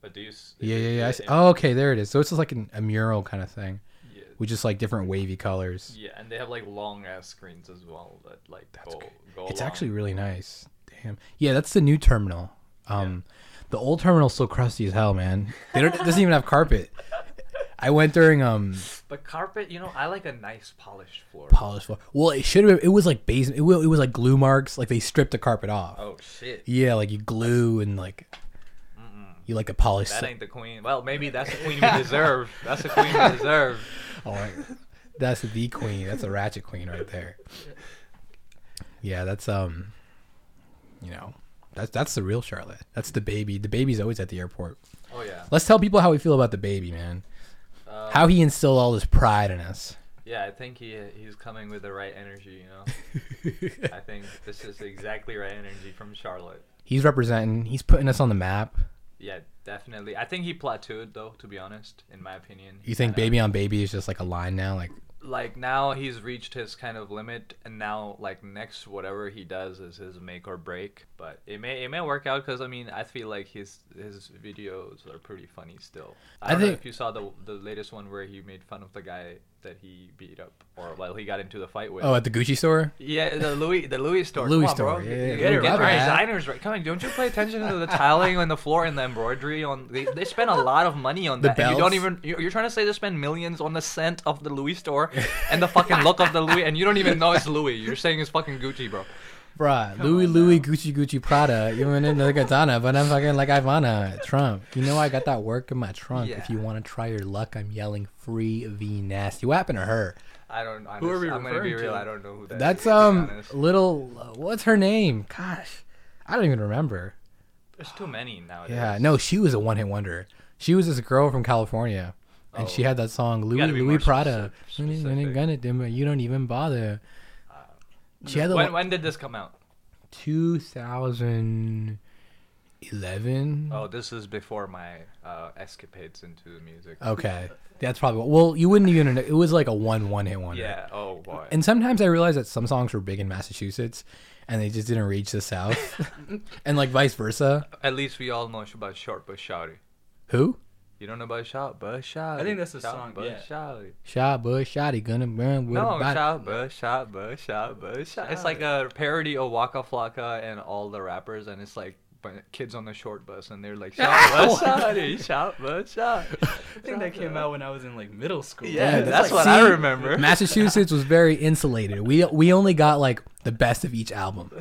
A: But do you? s-
B: Yeah,
A: if
B: yeah,
A: you
B: yeah. I
A: hit
B: see.
A: it-
B: Oh, okay, there it is. So it's just like an, a mural kind of thing
A: yeah,
B: with just like different wavy colors.
A: yeah, and they have like long ass screens as well that like
B: That's
A: go
B: good.
A: go.
B: It's
A: along.
B: actually really nice. Damn. Yeah, that's the new terminal. Um, the old terminal's so crusty as hell, man. They don't, it doesn't even have carpet. I went during um
A: But carpet, you know, I like a nice polished floor.
B: polished floor. Well, it should have. It was like basement. It, wa- it was like glue marks. Like they stripped the carpet off.
A: oh shit.
B: Yeah, like you glue and like you like a polished.
A: That
B: si-
A: ain't the queen. Well, maybe that's the queen we deserve. That's the queen we deserve.
B: Oh, my- that's the queen. That's a ratchet queen right there. Yeah, that's um, you know, that's that's the real Charlotte. That's the baby. The baby's always at the airport.
A: Oh yeah.
B: Let's tell people how we feel about the baby, man.
A: Um,
B: How he instilled all this pride in us.
A: Yeah, I think he he's coming with the right energy. You know. I think this is exactly right energy from Charlotte.
B: he's representing. He's putting us on the map.
A: Yeah, definitely. I think he plateaued though, to be honest, in my opinion.
B: You think
A: Kinda-
B: baby on baby is just like a line now? Like
A: Like now he's reached his kind of limit, and now like next whatever he does is his make or break. But it may it may work out because I mean I feel like his his videos are pretty funny still. I,
B: I
A: don't know
B: think-
A: if you saw the the latest one where he made fun of the guy that he beat up or well he got into the fight with.
B: oh, at the Gucci store.
A: Yeah, the Louis, the Louis store.
B: Louis
A: Come on,
B: store,
A: bro.
B: yeah, yeah,
A: Get
B: Louis,
A: it
B: my
A: right.
B: bad.
A: Designers, right? Come on, don't you pay attention to the tiling on the floor and the embroidery on? They, they spend a lot of money on
B: The
A: that. and you don't
B: bells.
A: even. You're, you're trying to say they spend millions on the scent of the Louis store and the fucking look of the Louis, and you don't even know it's Louis. You're saying it's fucking Gucci, bro.
B: Bruh, Louis Louis Gucci Gucci Prada, you went in the katana, but I'm fucking like Ivana Trump. You know I got that work in my trunk. If
A: Yeah.
B: you want to try your luck, I'm yelling free V nasty. What happened to her?
A: I don't. Honest,
D: Who are we
A: I'm gonna be
D: referring
A: real.
D: to?
A: I don't know who that is,
B: That's
A: to be
B: um
A: honest.
B: little uh, what's her name? Gosh, I don't even remember.
A: There's too many nowadays.
B: Yeah, no, she was a one hit wonder. She was this girl from California, and she
A: Oh.
B: had that song Louis
A: gotta be
B: Louis
A: more
B: Prada.
A: speci-
B: You ain't- you
A: specific.
B: ain't gonna do it. You don't even bother. She had the
A: When, when did this come out?
B: 2011.
A: Oh, this is before my uh, escapades into the music.
B: Okay, that's probably well. You wouldn't even. It was like a one one hit wonder.
A: yeah. Oh boy.
B: And sometimes I realize that some songs were big in Massachusetts, and they just didn't reach the South, and like vice versa.
A: At least we all know about short but shouty.
B: Who?
A: You don't know about shout, but shout.
C: think that's the
A: Shout,
C: song,
A: But
C: yeah.
A: shout.
B: Shot, bush, shotty, gonna burn with
A: No,
B: a body.
A: shout, but shout, but shout, but shout. It's like a parody of Waka Flocka and all the rappers, and it's like bu- kids on the short bus, and they're like shout, but shout, shout, but shout.
C: I think that came out when I was in like middle school.
A: Yeah,
B: that's
A: that's
B: like-
A: what I
B: See?
A: remember.
B: Massachusetts was very insulated. We we only got like the best of each album.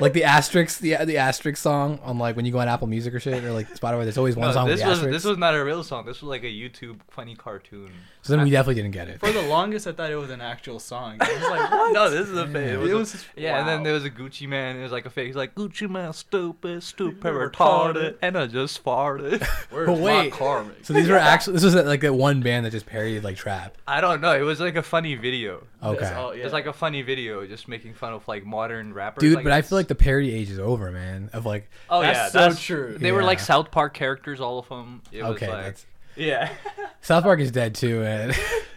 B: Like the asterisk, the the asterisk song on like when you go on Apple Music or shit or like Spotify, there's always one
A: No,
B: song with
A: this
B: the
A: was
B: asterisk.
A: this was not a real song. This was like a YouTube funny cartoon.
B: so then we definitely didn't get it.
C: For the longest, I thought it was an actual song. I was like, what?
A: No, this is a fake. It was,
C: It
A: a-
C: was-
A: yeah, and then
C: wow.
A: there was a Gucci man. It was like a fake. He's like Gucci man, stupid, stupid, retarded,
C: Retarded.
A: and I just farted.
C: Where's
B: But wait.
C: my car? mate?
B: So these were actually this was like that one band that just parodied like trap.
A: I don't know. It was like a funny video.
B: Okay.
C: That's all- yeah.
A: It's like a funny video, just making fun of like modern rappers.
B: Dude, but I
A: guess.
B: feel like the parody age is over, man. Of like,
A: oh
C: That's
A: yeah,
C: so
A: that's
C: true.
A: They were like
B: Yeah.
A: South Park characters, all of them. It was
B: okay,
A: like,
B: that's,
A: yeah,
B: South Park is dead too, and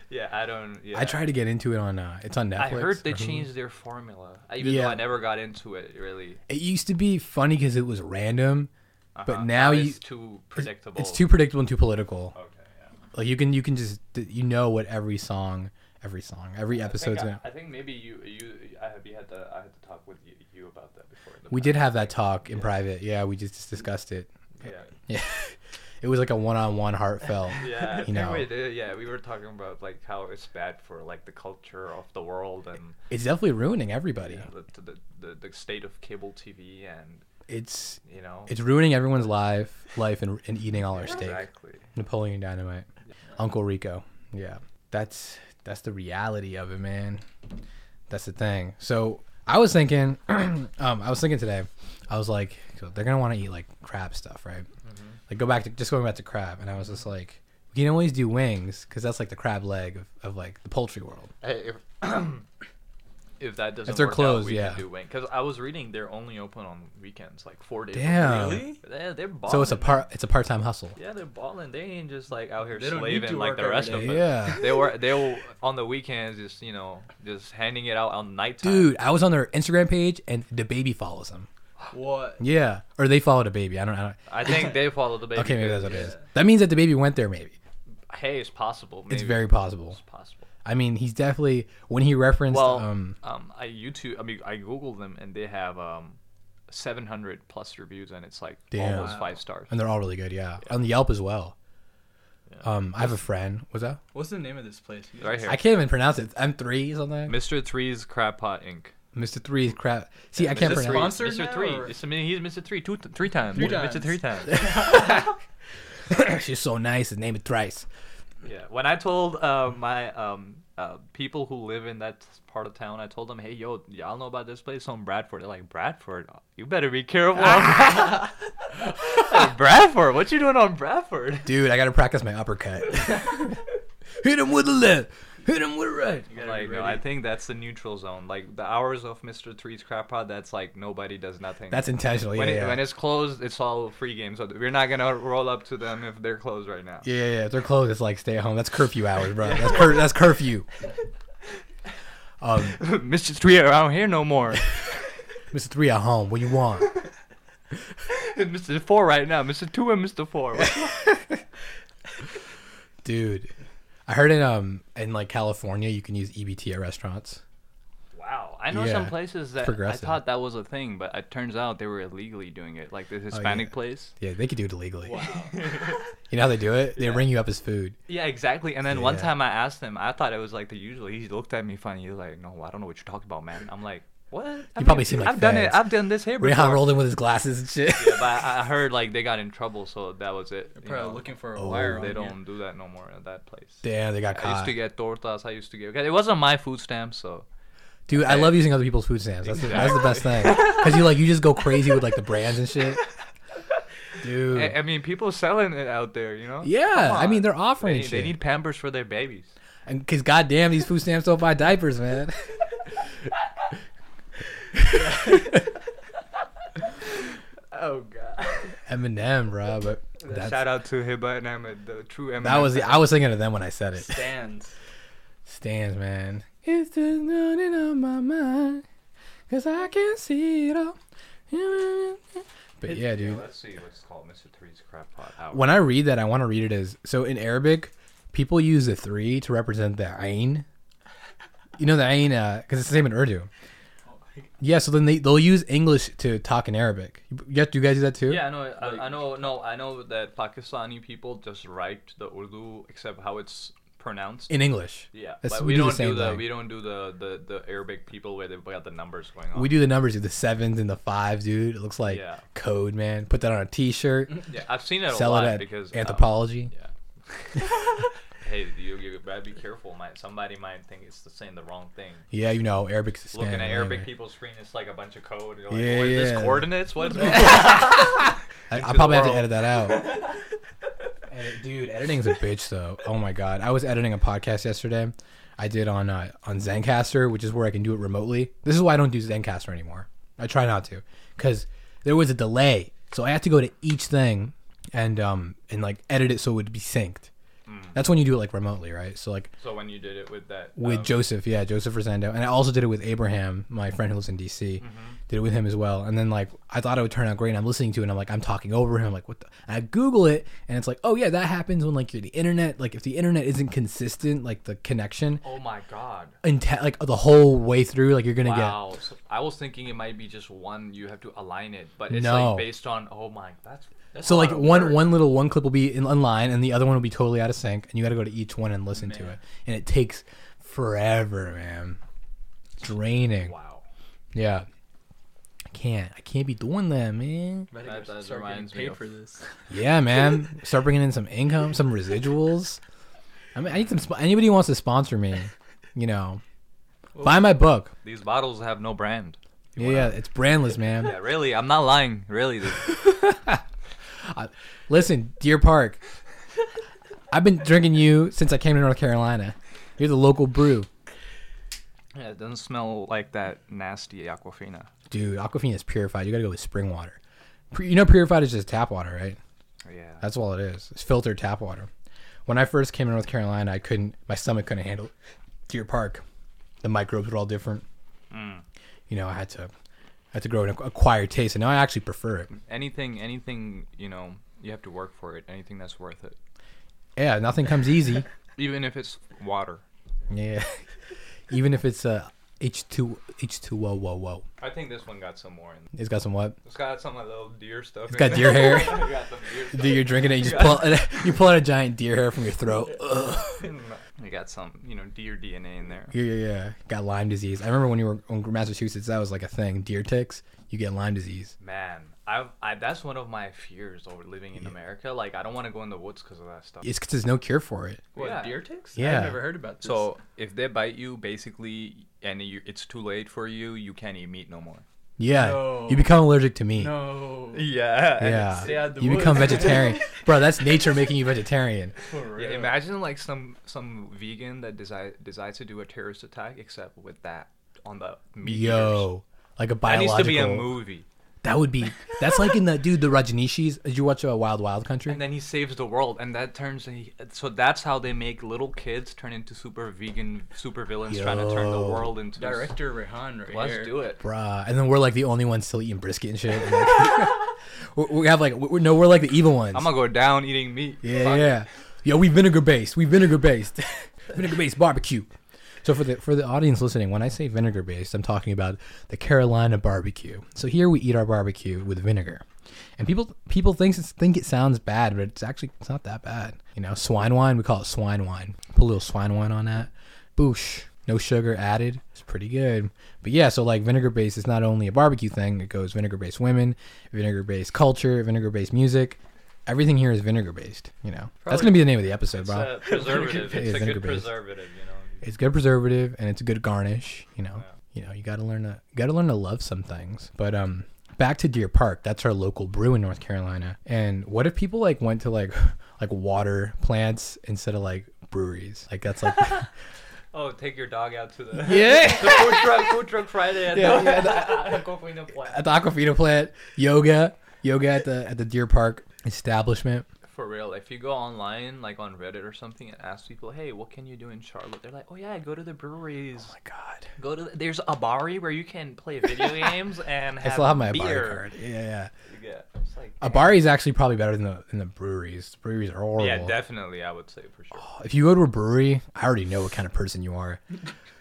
A: yeah. I don't. Yeah.
B: I tried to get into it on. Uh, it's on Netflix. Uh-huh.
A: I heard they
B: or Hulu.
A: changed their formula, I- even
B: Yeah.
A: though I never got into it really.
B: It used to be funny because it was random,
A: Uh-huh.
B: but now you,
A: it's too predictable.
B: it's too predictable and too political.
A: Okay. Yeah.
B: Like you can you can just you know what every song, every song, every episode's
A: I,
B: gonna.
A: I think maybe you you I have you had the I had to talk with you, you about that before. in the
B: We
A: past,
B: did have
A: I
B: that
A: think.
B: talk in private. Yeah, we just, just discussed it.
A: Yeah.
B: Yeah, it was like a one-on-one heartfelt.
A: Yeah, I
B: you
A: think
B: know,
A: we did. Yeah, we were talking about like how it's bad for like the culture of the world and
B: it's definitely ruining everybody.
A: yeah, the, the, the the state of cable TV and
B: It's
A: you know
B: it's ruining everyone's life, life, and, and eating all our steak.
A: exactly.
B: Napoleon Dynamite, Uncle Rico. Yeah, that's that's the reality of it, man. That's the thing. So I was thinking, um, I was thinking today, I was like, so they're gonna want to eat like crab stuff, right?
A: Mm-hmm.
B: Like go back to just going back to crab, and I was just like, we can always do wings because that's like the crab leg of, of like the poultry world.
A: Hey, if, if that doesn't
B: they're
A: work
B: closed,
A: out, we
B: yeah.
A: can do wing. Because I was reading they're only open on weekends, like four days. a week.
B: Damn.
C: Really?
A: They're, they're balling.
B: So it's a part, it's a part time hustle.
A: Yeah, they're balling. They ain't just like out here
C: They don't need to
A: slaving like
C: work
A: the
C: every
A: rest of
C: day.
A: us.
B: Yeah.
A: They were they were on the weekends, just you know, just handing it out on nighttime.
B: Dude, I was on their Instagram page and the baby follows them.
C: What?
B: Yeah, or they followed a baby. I don't. I don't
A: I think they follow the baby.
B: okay, maybe
A: too.
B: that's what it is. That means that the baby went there. Maybe
A: Hey, it's possible.
B: it's
A: maybe.
B: very possible.
A: It's possible.
B: I mean, he's definitely when he referenced.
A: Well,
B: um,
A: um, I YouTube, I mean, I googled them and they have um, 700 plus reviews and it's like
B: Damn.
A: almost five stars.
B: and they're all really good. Yeah, on Yelp as well. Um, I have a friend. What's that?
C: What's the name of this place? You
A: Right
C: just-
A: here,
B: I can't even pronounce it. M three something.
A: Mr. Three's Crab Pot Inc.
B: Mister Three is crap. See, I can't
A: Mr. Three,
B: pronounce.
C: sponsor
A: Mr.
C: now,
A: Three.
C: or-
A: It's, I mean, he's Mr. Three two, three times.
C: Three
A: Mr. Three times.
B: She's so nice. His name it thrice.
A: Yeah, when I told uh, my um, uh, people who live in that part of town, I told them, "Hey, yo, y'all know about this place on Bradford?" They're like, "Bradford, you better be careful." on Bradford." Bradford, what you doing on Bradford?
B: Dude, I gotta practice my uppercut. Hit him with the left. Hit him with the right.
C: gotta
A: Like,
C: be
A: no, I
C: ready.
A: think that's the neutral zone. Like the hours of Mister Three's crap pod, that's like nobody does nothing.
B: That's intentional. Yeah,
A: when, it,
B: yeah.
A: when it's closed, it's all free games. So we're not gonna roll up to them if they're closed right now.
B: Yeah, yeah, yeah. If they're closed, it's like stay at home. That's curfew hours, bro. That's cur- that's curfew. Um,
A: Mister Three around here no more.
B: Mr. Three at home. What you want?
A: Mister Four right now. Mister Two and Mister Four.
B: Dude, I heard in um in like California you can use EBT at restaurants.
A: Wow, I know
B: Yeah,
A: some places that I
B: progressive.
A: thought that was a thing, but it turns out they were illegally doing it, like the Hispanic place.
B: Oh, Yeah, they could do it illegally. you know how they do it? They ring you up as food.
A: Yeah, exactly. And then one
B: Yeah.
A: time I asked him, I thought it was like the usual. He looked at me funny. He was like, "No, I don't know what you're talking about, man." I'm like, "What?" I
B: probably seem like
A: I've done it.
B: fags.
A: I've done this here before.
B: Rehan rolled in with his glasses and shit.
A: Yeah, but I, I heard like they got in trouble, so that was it. you
C: Probably
A: know.
C: looking for a
B: Oh.
C: wire.
A: They
C: on you.
A: don't do that no more at that place.
B: Damn, they got
A: I used
B: caught.
A: to get tortas. I used to get. Okay, it wasn't my food stamp, so
B: Dude, I love using other people's food stamps. That's, the, that's the best thing. Because you like you just go crazy with like the brands and shit. Dude.
A: I, I mean, people selling it out there, you know.
B: yeah,
A: Come
B: I mean they're
A: on.
B: offering
A: They,
B: shit.
A: they need Pampers for their babies.
B: And cause goddamn, these food stamps don't buy diapers, man.
A: Oh God.
B: Eminem, bro. But
A: Shout
B: that's,
A: out to Hiba and Ahmed, the true Eminem.
B: that was the, I was thinking of them when I said it.
C: Stands.
B: Stands, man. It's the morning on my mind, cause I can't see it all. But yeah, dude.
A: let's see what's called Mr. Three's crap pot out.
B: When I read that, I want to read it as so in Arabic, people use the three to represent the ain. You know the ain, because it's the same in Urdu. Yeah, so then they they'll use English to talk in Arabic. You, you, do you guys do that too?
A: yeah, I know. I, I know. No, I know that Pakistani people just write the Urdu except how it's pronounced.
B: In English.
A: yeah,
B: That's-
A: but we,
B: we do the
A: don't do
B: same
A: the
B: thing.
A: we don't do the, the the Arabic people where they've got the numbers going on.
B: We do the numbers, the sevens and the fives, dude. It looks like
A: Yeah.
B: code, man. Put that on a T-shirt.
A: Yeah, I've seen it a
B: Sell
A: lot
B: it at
A: because um,
B: anthropology.
A: yeah. hey, you, you better be careful. Might somebody might think it's the saying the wrong thing.
B: yeah, you know Arabic's the
A: Looking at
B: standard
A: Arabic
B: language.
A: people's screen, it's like a bunch of code. You're like,
B: Yeah,
A: what is
B: yeah.
A: this coordinates? What is
B: I,
A: into
B: I
A: the
B: probably have to
A: world.
B: edit that out. Edit- Dude, editing's a bitch though. Oh my god, I was editing a podcast yesterday. I did on uh, on ZenCaster, which is where I can do it remotely. This is why I don't do ZenCaster anymore. I try not to, because there was a delay, so I had to go to each thing and um and like edit it so it would be synced.
A: Hmm.
B: That's when you do it like remotely, right? So like
A: So when you did it with that
B: with
A: um,
B: Joseph, yeah, Joseph Rosendo, and I also did it with Abraham, my friend who lives in DC,
A: Mm-hmm.
B: did it with him as well. And then like I thought it would turn out great, and I'm listening to it, and I'm like I'm talking over him, like what? The? And I Google it, and it's like, oh yeah, that happens when like you're the internet, like if the internet isn't consistent, like the connection,
A: Oh my god.
B: inte- like the whole way through, like you're gonna
A: Wow. So I was thinking it might be just one you have to align it, but it's
B: No.
A: like based on oh my that's,
B: get.
A: that's
B: So
A: a
B: like
A: lot of
B: one
A: work.
B: one little one clip will be in online, and the other one will be totally out of sync, and you got to go to each one and listen to it, and it takes forever, man. Draining.
A: Wow.
B: Yeah. I can't. I can't be doing that, man.
C: Better
A: That-
C: go
A: that
C: start getting
A: reminds me
C: paid
A: of-
C: for this.
B: Yeah, man. Start bringing in some income, some residuals. I mean, I need some. Sp- anybody who wants to sponsor me, you know, buy my book.
A: These bottles have no brand.
B: Yeah, yeah, it's brandless, man.
A: Yeah, really, I'm not lying. Really, dude.
B: I, listen, Deer Park. I've been drinking you since I came to North Carolina. You're the local brew,
A: Yeah, it doesn't smell like that nasty Aquafina.
B: dude. Aquafina is purified. You gotta go with spring water. Pu- You know, purified is just tap water, right?
A: Yeah.
B: That's all it is. It's filtered tap water. When I first came to North Carolina, I couldn't. My stomach couldn't handle Deer Park. The microbes were all different. You know, I had to, I had to grow an ac- acquired taste, and now I actually prefer it.
A: anything, anything, you know, you have to work for it. Anything that's worth it,
B: Yeah, nothing comes easy.
A: even if it's water.
B: yeah, even if it's uh, H two H two whoa whoa whoa.
A: I think this one got some more in.
B: It's got some what?
A: It's got some of the little deer stuff.
B: It's got deer hair.
A: got some deer stuff.
B: Dude, you're drinking it. You just pull you pull out a giant deer hair from your throat. Ugh.
A: We got some, you know, deer DNA in there.
B: Yeah, yeah, yeah. Got Lyme disease. I remember when you were in Massachusetts, that was like a thing. Deer ticks, you get Lyme disease.
A: Man, I've, I that's one of my fears over living in America. Like, I don't want to go in the woods because of that stuff.
B: It's 'cause there's no cure for it.
C: What
A: Yeah.
C: deer ticks?
B: Yeah.
C: I've never heard about this.
A: So if they bite you, basically, and you, it's too late for you, you can't eat meat no more.
B: Yeah,
C: No.
B: you become allergic to meat.
C: no.
A: Yeah.
B: Yeah,
C: stay out the
B: you become
C: woods.
B: vegetarian, bro. That's nature making you vegetarian.
C: For
A: Yeah,
C: real.
A: imagine like some some vegan that desi- decides to do a terrorist attack, except with that on the meat. eaters.
B: Yo, like a
A: that
B: biological.
A: needs to be a movie.
B: That would be. That's like in the dude, the Rajneeshis. Did you watch uh, Wild Wild Country?
A: And then he saves the world, and that turns. He, so that's how they make little kids turn into super vegan super villains, trying to turn the
B: Yo.
A: world into.
C: Director Rehan right
A: Let's
C: here.
A: do it.
B: Bruh, and then we're like the only ones still eating brisket and shit. we we have like, we no, we're like the evil ones.
A: I'm gonna go down eating meat.
B: Yeah,
A: Fuck.
B: yeah. Yo, we vinegar based. We vinegar based. vinegar based barbecue. So for the for the audience listening, when I say vinegar based, I'm talking about the Carolina barbecue. So here we eat our barbecue with vinegar, and people people think it's, think it sounds bad, but it's actually it's not that bad. You know, swine wine we call it swine wine. Put a little swine wine on that. Boosh. No sugar added. It's pretty good. But yeah, so like vinegar based is not only a barbecue thing. It goes vinegar based women, vinegar based culture, vinegar based music. Everything here is vinegar based. You know, that's gonna be the name of the episode, bro.
A: Uh, preservative.
B: It's a good vinegar-based.
A: preservative, you know.
B: it's good preservative and it's a good garnish you know you know you gotta learn to you gotta learn to love some things but um back to deer park that's our local brew in north carolina and what if people like went to like like water plants instead of like breweries like that's like
A: Oh, take your dog out to the,
B: yeah
A: the food truck, food truck Friday at
B: Yeah,
A: the,
B: yeah,
A: Aquafina plant.
B: at the aquafina plant yoga yoga at the at the deer park establishment
A: For real, if you go online, like on Reddit or something, and ask people, "Hey, what can you do in Charlotte?" They're like, "Oh yeah, go to the breweries.
B: Oh my god
A: Go to the, there's a Abari where you can play video games and
B: i
A: have
B: still have my
A: beer."
B: abari card yeah yeah
A: Yeah, it's like,
B: abari is actually probably better than the than the breweries breweries are horrible
A: yeah, definitely, I would say for sure.
B: If you go to a brewery, I already know what kind of person you are.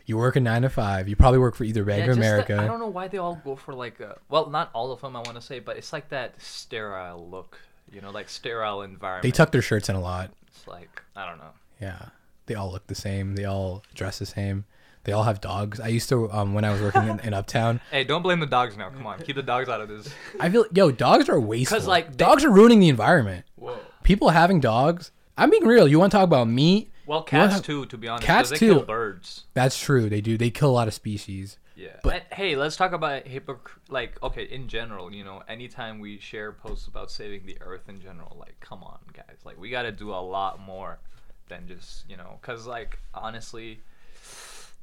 B: You work a nine to five. You probably work for either Bank
A: Yeah,
B: of
A: just the-
B: America.
A: I don't know why they all go for like, a, well, not all of them, I want to say, but it's like that sterile look, you know, like sterile environment.
B: they tuck their shirts in a lot.
A: It's like I don't know.
B: Yeah, they all look the same. They all dress the same. They all have dogs. I used to um, when I was working in, in Uptown.
A: Hey, don't blame the dogs now. Come on, keep the dogs out of this.
B: I feel yo, dogs are wasteful.
A: like, they-
B: dogs are ruining the environment.
C: Whoa.
B: People having dogs. I'm being real. You want to talk about meat?
A: Well,
B: You wanna
A: cats
B: talk-
A: too, to be honest. 'cause
B: Cats
A: they kill
B: too.
A: birds.
B: That's true. They do. They kill a lot of species.
A: Yeah.
B: But-
A: But hey, let's talk about hypoc- like okay, in general, you know, anytime we share posts about saving the earth in general, like come on, guys. Like we got to do a lot more than just, you know, cuz like honestly,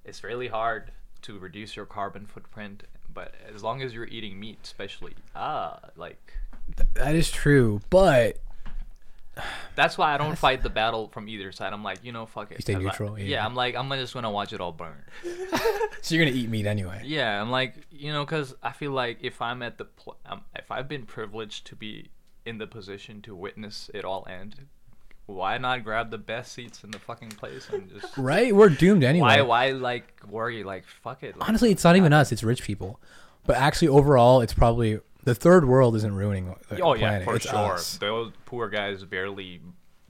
A: it's really hard to reduce your carbon footprint, but as long as you're eating meat, especially, ah, like
B: That is true. But
A: that's why I don't fight the battle from either side. I'm like, you know, fuck it.
B: You stay
A: 'cause I-
B: neutral, yeah.
A: yeah, I'm like I'm just going to watch it all burn.
B: so you're gonna eat meat anyway.
A: Yeah, I'm like, you know, because I feel like if I'm at the, pl- um, if I've been privileged to be in the position to witness it all end, why not grab the best seats in the fucking place and just
B: Right? We're doomed anyway.
A: why, why like worry like fuck it? Like,
B: honestly, it's not even us; it's rich people. But actually, overall, it's probably the third world isn't ruining the
A: oh
B: planet.
A: yeah, for
B: it's
A: sure.
B: us.
A: Those poor guys barely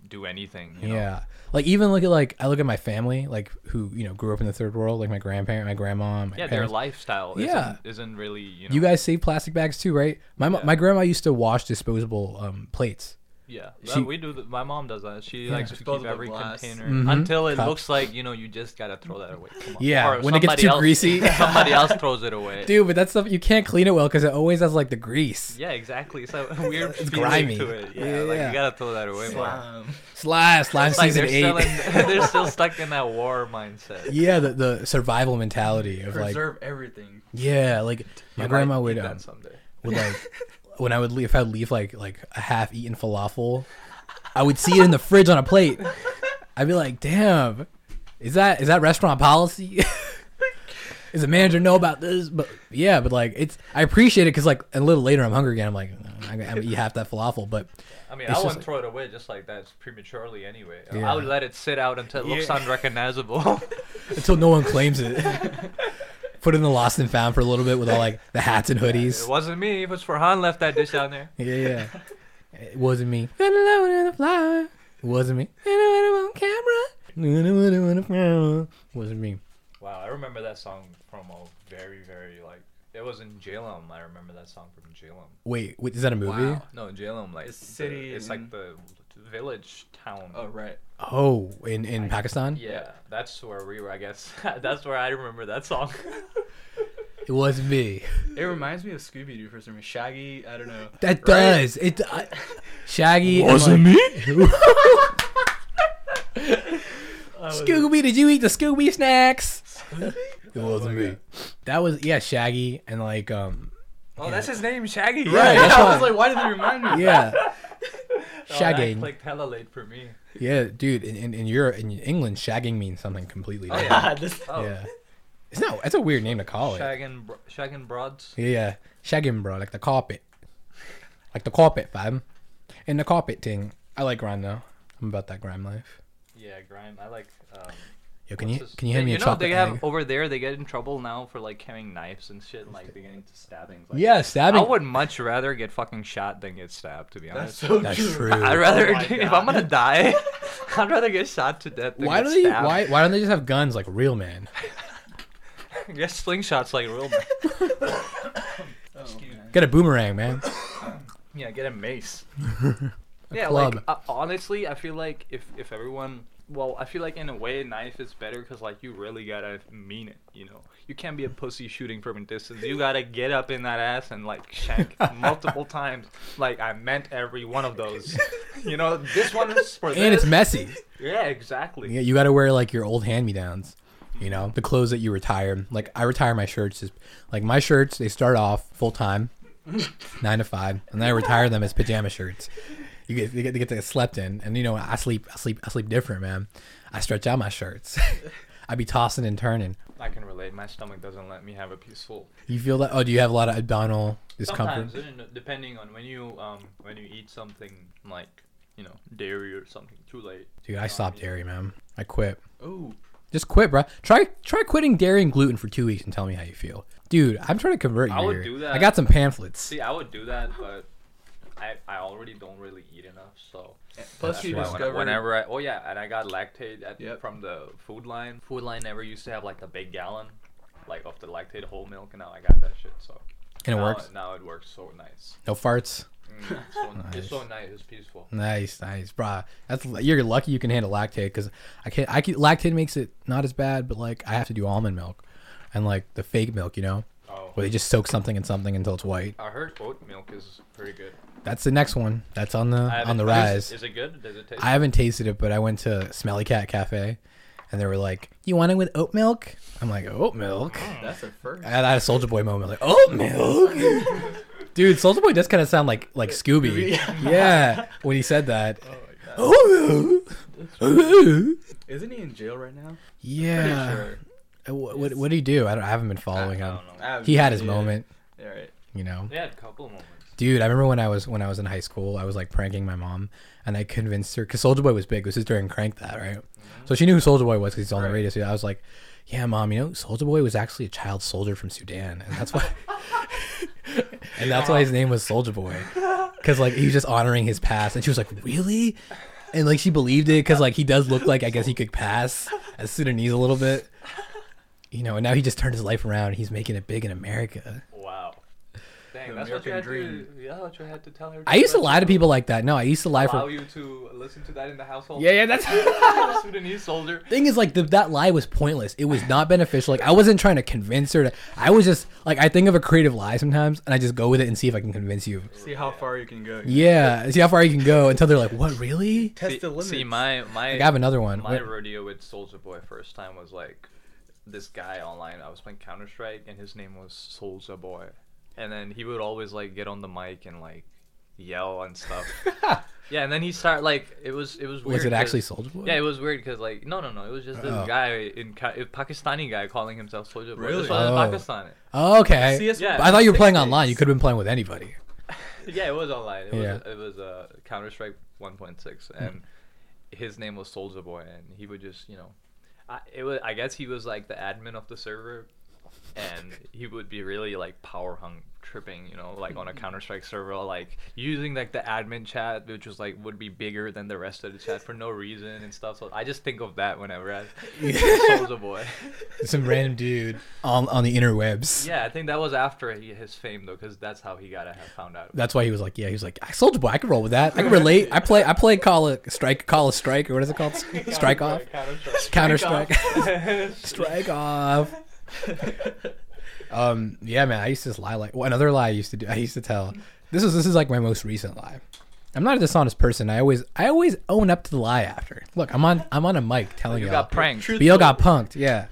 A: do anything. You know?
B: Yeah, like even look at like I look at my family, like who you know grew up in the third world, like my grandparent, my grandma, my
A: yeah, their
B: parents.
A: lifestyle
B: Yeah.
A: isn't, isn't really you know.
B: you guys save plastic bags too, right? My mo- my grandma used to wash disposable um, plates.
A: Yeah,
B: She-
A: that- we do. th- my mom does that. She
B: Yeah.
A: likes to keep
C: Disposable
A: every
C: glass.
A: container
B: Mhm.
A: until it
B: Cups.
A: looks like you know you just gotta throw that away. Come on.
B: Yeah,
A: Or
B: when it
A: somebody
B: gets too
A: else-
B: greasy.
A: somebody else throws it away.
B: Dude, but that stuff you can't clean it well because it always has like the grease,
A: Yeah, exactly. It's a weird
B: It's
A: feeling
B: grimy.
A: to it. Yeah, like
B: Yeah.
A: you gotta throw that away.
C: Um,
A: Mom.
B: slime,
C: Slime.
B: slime
A: It's like
B: season
A: they're,
B: eight.
A: still in, they're still stuck in that war mindset.
B: yeah, the, the survival mentality of like
C: Preserve everything.
B: yeah, like
A: You
B: my
A: might
B: grandma
A: eat
B: would um,
A: that someday.
B: would like when I would leave if I would leave like like a half eaten falafel, I would see it in the fridge on a plate. I'd be like, damn, is that is that restaurant policy? Does the manager know about this? But yeah, but like it's I appreciate it because like a little later I'm hungry again. I'm like I'm gonna eat half that falafel, but
A: I mean,
B: It's
A: I
B: just
A: wouldn't
B: like-
A: throw it away just like that prematurely anyway.
B: Yeah.
A: I would let it sit out until it looks
C: Yeah.
A: unrecognizable.
B: until no one claims it. Put in the lost and found for a little bit with all like the hats and hoodies.
A: it wasn't me. It was Farhan left that dish down there.
B: Yeah, yeah. It wasn't me. Fell in love with a flower. It wasn't me. Fell in love on camera. Fell in love with a flower. It wasn't me.
A: Wow, I remember that song from a very, very like it was in Jalem. I remember that song from Jalem.
B: Wait, wait, is that a movie?
C: Wow.
A: No, Jalem, like
C: It's
A: the-
C: city
A: it's
C: in-
A: like the village town.
C: Oh right.
B: Oh, in in Pakistan?
A: Yeah, that's where we were. I guess that's where I remember that song.
B: It was me.
C: It reminds me of Scooby Doo for some reason. Shaggy. I don't know.
B: That
C: Right?
B: does. It I, Shaggy and, like,
D: me?
B: Scooby, did you eat the Scooby snacks? it
C: Oh
B: wasn't me. That was yeah, Shaggy and like um
A: oh, that's his name, Shaggy.
B: Right, that's
C: I
B: why.
C: was like, why did they remind me?
B: yeah.
A: Shaggy.
B: Shagging.
A: clicked hella late for me.
B: yeah, dude, in, in, in Europe in England, shagging means something completely
A: Oh,
B: different.
C: Yeah, this-
A: Oh,
B: yeah. It's not it's a weird name to call it.
A: Shaggin', bro- Shaggin' broads.
B: Yeah, yeah. Shagging, bro, like the carpet. Like the carpet, fam. And the carpet thing. I like grime though. I'm about that grime life.
A: Yeah, grime. I like. Um,
B: Yo, can
A: what's
B: you
A: this-
B: can you hand
A: Yeah,
B: me
A: you
B: a
A: know,
B: chocolate
A: they have
B: egg?
A: over there. They get in trouble now for like carrying knives and shit, and like they get into stabbings. Like,
B: yeah, stabbing.
A: I would much rather get fucking shot than get stabbed. To be
C: That's
A: honest,
C: so
B: That's
C: true.
B: true.
A: I'd rather
C: Oh my
A: if
C: God.
A: I'm gonna die, I'd rather get shot to death. Than
B: why do
A: get
B: they
A: stabbed.
B: why why don't they just have guns like real men?
A: Get slingshots like real. men.
C: Oh, man.
B: Get a boomerang, man.
A: yeah, get a mace. yeah,
B: club.
A: like uh, honestly, I feel like if if everyone. Well, I feel like in a way, knife is better because like you really gotta mean it. You know, you can't be a pussy shooting from a distance. You gotta get up in that ass and like shank multiple times. Like I meant every one of those. You know, this one is for
B: And it's
A: this.
B: messy.
A: yeah, exactly.
B: Yeah, you gotta wear like your old hand me downs. You know, the clothes that you retire. Like I retire my shirts just like my shirts, they start off full time, nine to five, and then I retire them as pajama shirts. You get they get, they get to get slept in, and you know I sleep I sleep I sleep different, man. I stretch out my shirts. I be tossing and turning.
A: I can relate. My stomach doesn't let me have a peaceful.
B: You feel that? Oh, do you have a lot of abdominal discomfort?
A: Sometimes, you know, depending on when you um when you eat something like you know dairy or something too late. Um,
B: Dude, I stopped dairy, man. I quit.
C: Ooh.
B: Just quit, bruh. Try try quitting dairy and gluten for two weeks and tell me how you feel, dude. I'm trying to convert you.
A: I would
B: here.
A: do
B: I
A: that.
B: got some pamphlets.
A: See, I would do that, but I I already don't really eat enough, so.
C: Plus,
A: that's
C: you
A: why when-
C: discover
A: whenever I oh yeah, and I got lactate at,
C: Yep.
A: from the food line. Food line never used to have like the big gallon, like of the lactate whole milk, and now I got that shit. So
B: and it
A: now,
B: works.
A: Now it works so nice.
B: No farts.
A: Mm, it's so,
B: Nice.
A: It's so nice. It's peaceful.
B: Nice, nice, bruh. That's you're lucky you can handle lactate because I can't. I can, lactate makes it not as bad, but like I have to do almond milk, and like the fake milk, you know,
A: Oh.
B: where they just soak something in something until it's white.
A: I heard oat milk is pretty good.
B: That's the next one. That's on the
A: I
B: on
A: haven't-
B: the rise.
A: Is, is it good? Does it taste?
B: I haven't tasted it, but I went to Smelly Cat Cafe, and they were like, "You want it with oat milk?" I'm like, "Oat milk."
C: that's a first.
B: And I had a Soldier Boy moment, like, "Oat milk." Dude, Soldier Boy does kind of sound like like Scooby. yeah, when he said that.
C: Oh my god.
B: Oh,
C: Isn't he in jail right now?
B: yeah. Uh, What, what what did he do? I, don't, I haven't been following him.
C: I have
B: He
C: no
B: had his
C: idea.
B: moment,
C: All right.
B: you know.
A: They had a couple moments.
B: Dude, I remember when I was when I was in high school, I was like pranking my mom, and I convinced her because Soldier Boy was big. It was his during Crank That, right? So she knew who Soldier Boy was because he's on the
C: Right.
B: radio. So I was like, "Yeah, mom, you know Soldier Boy was actually a child soldier from Sudan, and that's why, and that's why his name was Soldier Boy, because like he was just honoring his past." And she was like, "Really?" And like she believed it because like he does look like I guess he could pass as Sudanese a little bit, you know. And now he just turned his life around. He's making it big in America.
A: Wow. Dang,
C: The
A: that's what you
C: American
A: had
C: dream.
A: to. Yeah, that's what you had to tell her.
B: I used to lie to people like that. No, I used to lie
A: Allow
B: for.
A: you to listen to that in the household.
B: Yeah, yeah, that's.
A: Sudanese soldier.
B: Thing is, like the, that lie was pointless. It was not beneficial. Like I wasn't trying to convince her. To, I was just like I think of a creative lie sometimes, and I just go with it and see if I can convince you.
C: See how far you can go.
B: Yeah, see how far you can go until they're like, "What really?"
C: Test
A: See,
C: the limits.
A: see my my
B: Like I have another one.
A: my
B: Wait,
A: rodeo with Soldier Boy first time was like this guy online. I was playing Counter Strike and his name was Soldier Boy, and then he would always like get on the mic and like yell and stuff. yeah, and then he started like it was it was weird.
B: was it
A: 'cause-
B: actually Soldier Boy?
A: Yeah, it was weird because like no no no, it was just this
B: Oh.
A: guy in Ka- a Pakistani guy calling himself Soldier Boy.
C: Really?
A: This was in
B: Oh.
A: Pakistan.
B: Oh, okay.
C: See, it's-
A: Yeah.
B: But I thought you were playing
C: Six
B: online. You
C: days.
B: could have been playing with anybody.
A: yeah, it was online. It was
B: Yeah.
A: it was uh, Counter Strike 1.6, and his name was Soldier Boy, and he would just you know, I it was I guess he was like the admin of the server, and he would be really like power hung tripping you know like on a counter strike server like using like the admin chat which was like would be bigger than the rest of the chat for no reason and stuff so i just think of that whenever i soldier boy
B: Some random dude on on the interwebs.
A: yeah i think that was after he, his fame though because that's how he got uh, found out
B: That's why he was like, yeah, he was like, I Soldier Boy, I can roll with that. I can relate. I play, I play Call a Strike, Call a Strike, or what is it called? Strike off, Counter Strike, Strike off. Um, yeah, man, I used to just lie like well, another lie I used to do. I used to tell. This is this is like my most recent lie. I'm not a dishonest person. I always I always own up to the lie after. Look, I'm on I'm on a mic telling
A: you
B: y'all.
A: got pranked
B: But y'all got punked, yeah.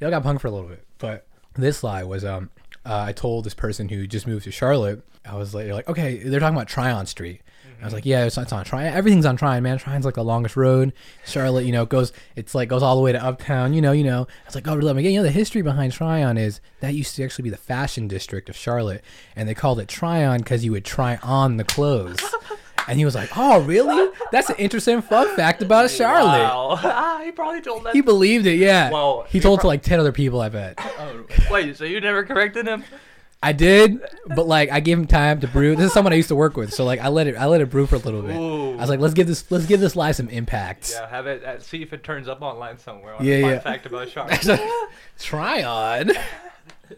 B: Y'all got punked for a little bit. But this lie was um uh, I told this person who just moved to Charlotte, I was like, they're like, okay, they're talking about Tryon Street. I was like, yeah, it's, it's on Tryon. Everything's on Tryon, man. Tryon's like the longest road. Charlotte, you know, goes, it's like goes all the way to uptown, you know, you know. I was like, oh, let me get, you know, the history behind Tryon is that used to actually be the fashion district of Charlotte. And they called it Tryon because you would try on the clothes. and he was like, oh, really? That's an interesting fun fact about Charlotte.
A: Wow. Ah, he probably told that.
B: He believed it, yeah.
A: Whoa.
B: he told it to like ten other people, I bet.
C: Oh,
A: Wait, so you never corrected him?
B: I did, but like I gave him time to brew. This is someone I used to work with, so like I let it, I let it brew for a little bit.
A: Ooh.
B: I was like, let's give this, let's give this live some impact.
A: Yeah, have it. Uh, see if it turns up online somewhere. On
B: Yeah,
A: yeah, fun
B: yeah.
A: fact about sharks.
B: Try on,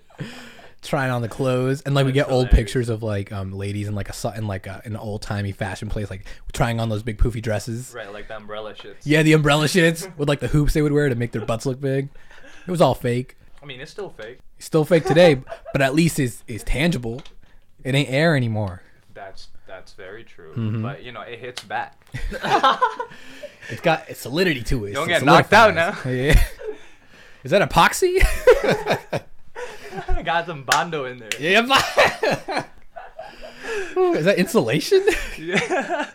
B: trying on the clothes, and like we
A: That's
B: get old
A: hilarious.
B: pictures of like um ladies in like a su- in like a, an old timey fashion place, like trying on those big poofy dresses.
A: right, like the umbrella shit.
B: Yeah, the umbrella shits with like the hoops they would wear to make their butts look big. It was all fake.
A: I mean, it's still fake.
B: Still fake today, but at least it's, it's tangible. It ain't air anymore.
A: That's that's very true.
B: Mm-hmm.
A: But you know, it hits back.
B: It's got it's solidity to it.
A: Don't
B: It's
A: get knocked out
B: solidifies. Yeah. Is that epoxy?
A: Got some bondo in there.
B: yeah. epo- Ooh, Is that insulation?
A: Yeah.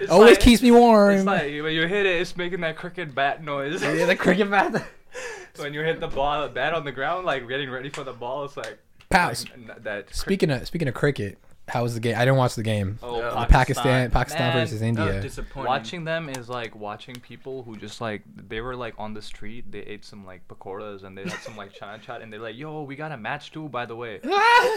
A: It's
B: Always
A: like-
B: keeps me warm.
A: It's like when you hit it, it's making that cricket bat noise.
B: yeah, the cricket bat.
A: when you hit the ball, bat on the ground, like getting ready for the ball, it's like
B: Pow.
A: n- n- that. crick-
B: Speaking of speaking of cricket, how was the game? I didn't watch the game.
A: Oh,
C: Yeah.
B: The Pakistan, Pakistan
A: Man,
B: versus India.
C: disappointing.
A: Watching them is like watching people who just like they were like on the street. They ate some like pakoras and they had some like chana chat and they're like, "Yo, we got a match too, by the way." and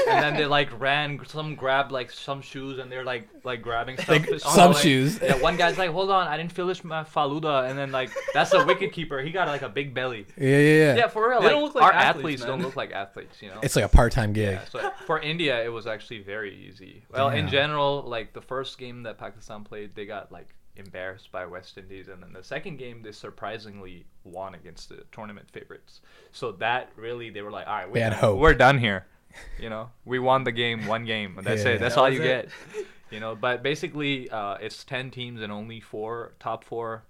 A: then they like ran. Some grabbed like some shoes and they're like like grabbing stuff.
B: Like,
A: Oh, no,
B: some
A: like-
B: shoes.
A: Yeah, one guy's like, "Hold on, I didn't finish my faluda," and then like that's a wicket keeper. He got like a big belly.
B: yeah, yeah, yeah.
A: Yeah, for real.
C: They
A: like,
C: don't look like
A: our
C: athletes,
A: athletes,
C: man.
A: don't look like athletes. You know.
B: It's like a part-time gig.
A: Yeah, so for India, it was actually very easy. Well, in
B: Yeah.
A: general, like the first game that Pakistan played, they got like embarrassed by West Indies, and then the second game they surprisingly won against the tournament favorites. So that really, they were like, all right, we
B: They had
A: done-
B: hope.
A: We're done here. You know, we won the game, one game, and that's
B: Yeah.
A: it. That's
C: That
A: all
C: was
A: you
C: it.
A: get. You know, but basically, uh, it's ten teams and only four top four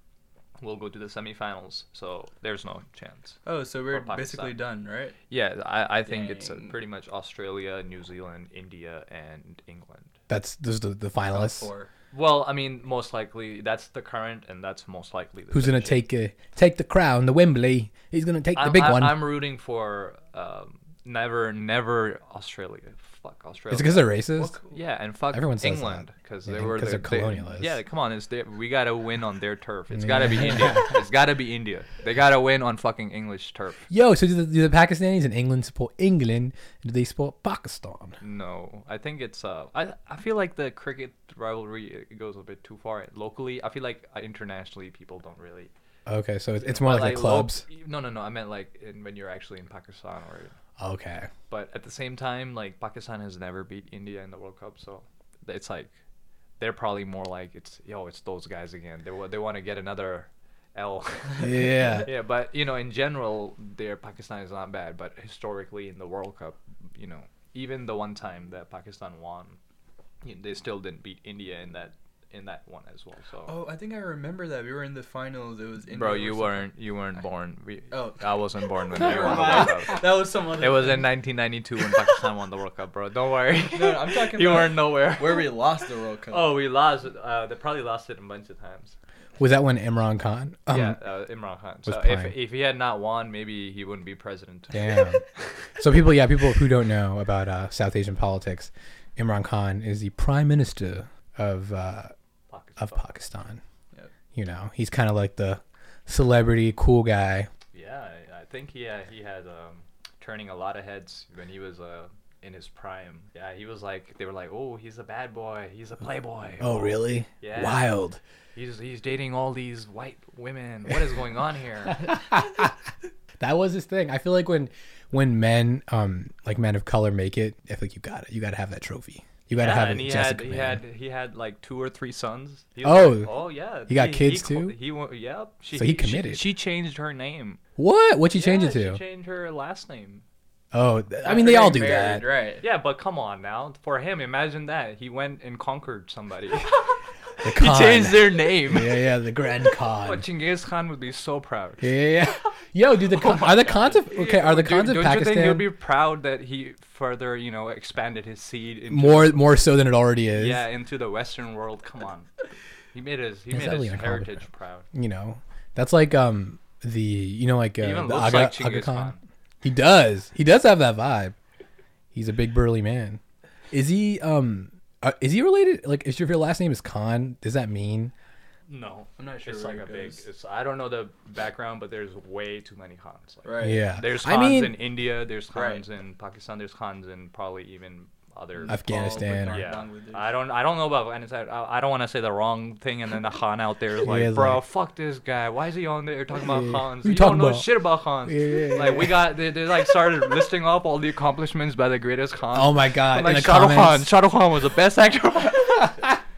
A: will go to the semifinals. So there's no chance.
C: Oh, so we're
A: Pakistan.
C: basically done, right?
A: Yeah, I, I think it's uh
C: Dang.
A: pretty much Australia, New Zealand, India, and England.
B: That's those are the, the finalists.
C: Four.
A: Well, I mean, most likely that's the current, and that's most likely. The
B: Who's gonna
A: finish.
B: take uh, take the crown, the Wembley? He's gonna take the
A: I'm,
B: big
A: I'm,
B: one.
A: I'm rooting for um, never, never Australia. Fuck Australia.
B: Is it because they're racist?
A: yeah, and fuck
B: Everyone says
A: England because
B: Yeah,
A: they were
B: 'cause
A: the-
B: they're
A: they-
B: colonialists.
A: yeah, come on, it's their, we gotta win on their turf. It's gotta be India. It's gotta be India. They gotta win on fucking English turf.
B: Yo, so do the, do the Pakistanis in England support England? Do they support Pakistan?
A: No, I think it's uh, I I feel like the cricket rivalry it goes a bit too far locally. I feel like uh, internationally people don't really.
B: Okay, so it's, it's more like,
A: But,
B: the
A: lo-
B: clubs.
A: no, no, no. I meant like in, when you're actually in Pakistan or
B: Okay.
A: But at the same time, like Pakistan has never beat India in the World Cup, so it's like they're probably more like it's yo, it's those guys again. They wa- they want to get another L.
B: Yeah.
A: yeah, but you know, in general, their Pakistan is not bad, but historically in the World Cup, you know, even the one time that Pakistan won, you know, they still didn't beat India in that in that one as well. So.
C: Oh, I think I remember that we were in the finals. It was India
A: Bro,
C: versus-
A: you weren't you weren't born. We,
C: Oh.
A: I wasn't born when they
C: Never
A: won the
C: mind.
A: World Cup.
C: that was someone.
A: It was in 1992 when Pakistan won the World Cup, bro. Don't worry.
C: No, no, I'm talking
A: you
C: about
A: weren't nowhere.
C: where we lost the World Cup.
A: Oh, we lost. it, Uh, they probably lost it a bunch of times.
B: Was that when Imran Khan? Um,
A: yeah, uh, Imran Khan.
B: was
A: So if,
B: playing.
A: if he had not won, maybe he wouldn't be president.
B: Damn. so people, yeah, people who don't know about uh, South Asian politics, Imran Khan is the prime minister of uh,
A: Pakistan.
B: of Pakistan.
C: Yep.
B: You know, he's kind of like the celebrity cool guy.
A: Yeah, I- I think he uh, he had um, turning a lot of heads when he was uh, in his prime. Yeah, he was like they were like, oh, he's a bad boy. He's a playboy.
B: Oh, really?
A: Yeah.
B: Wild.
A: He's he's dating all these white women. What is going on here?
B: That was his thing. I feel like when when men um like men of color make it, I think you got it. You got to have that trophy. You got to
A: Yeah,
B: have
A: and
B: it.
A: he
B: Jessica
A: had he
B: Mann.
A: had he had like two or three sons. He
B: Oh.
A: like, oh yeah.
B: He got kids
A: he, co-
B: too?
A: He wa- yep. She,
B: So he
A: she-
B: committed.
A: She, changed her name.
B: What? What'd you change
A: Yeah,
B: it to?
A: She changed her last name.
B: oh, th- I
C: After
B: mean, they all do
C: getting married,
B: that.
C: right?
A: Yeah, but come on now. For him, imagine that he went and conquered somebody.
B: The
A: he
B: Khan.
A: changed their name.
B: yeah, yeah, the Grand
A: Oh,
B: Khan.
A: Genghis Khan would be so proud.
B: Yeah, yeah, yeah. Yo, dude, the Khan- are the Khans of okay? Are
A: Oh
B: the
A: Dude,
B: Khans of
A: don't you think he'll
B: Pakistan
A: be proud that he further, you know, expanded his seed into
B: more more so than it already is?
A: yeah into the Western world? Come on, he made his he
B: That's
A: made
B: definitely
A: his
B: a compliment.
A: heritage proud.
B: you know, that's like um the you know like uh,
A: He even
B: the
A: looks
B: Aga,
A: like
B: Aga
A: Genghis
B: Khan.
A: Khan.
B: He does. He does have that vibe. He's a big burly man. Is he um uh, is he related? Like, if your if your last name is Khan, does that mean?
A: No,
C: I'm not sure
A: It's
C: where
A: like a
C: it
A: big.
C: goes.
A: It's, I don't know the background, but there's way too many Khans. Like,
C: Right.
B: Yeah.
A: There's
B: I
A: Khans
B: mean,
A: in India. There's
C: Right.
A: Khans in Pakistan. There's Khans in probably even other.
B: Afghanistan.
C: Nepal,
B: or-
C: Bhutan,
A: yeah,
C: Bangladesh.
A: I don't. I don't know about. And it's, I, I don't want to say the wrong thing, and then the Khan out there is
B: Yeah,
A: like,
B: it's
A: bro,
B: like-
A: fuck this guy. Why is he on there talking
B: Yeah.
A: about Khans?
B: Who you
A: You, don't
B: talking
A: know
B: about?"
A: shit about Khans.
B: Yeah, yeah,
A: like we got. They, they like started listing up all the accomplishments by the greatest Khan.
B: oh my god!
A: I'm like
B: in the
A: Shah Rukh Khan.
B: comments,
A: Shah Rukh Khan was the best actor.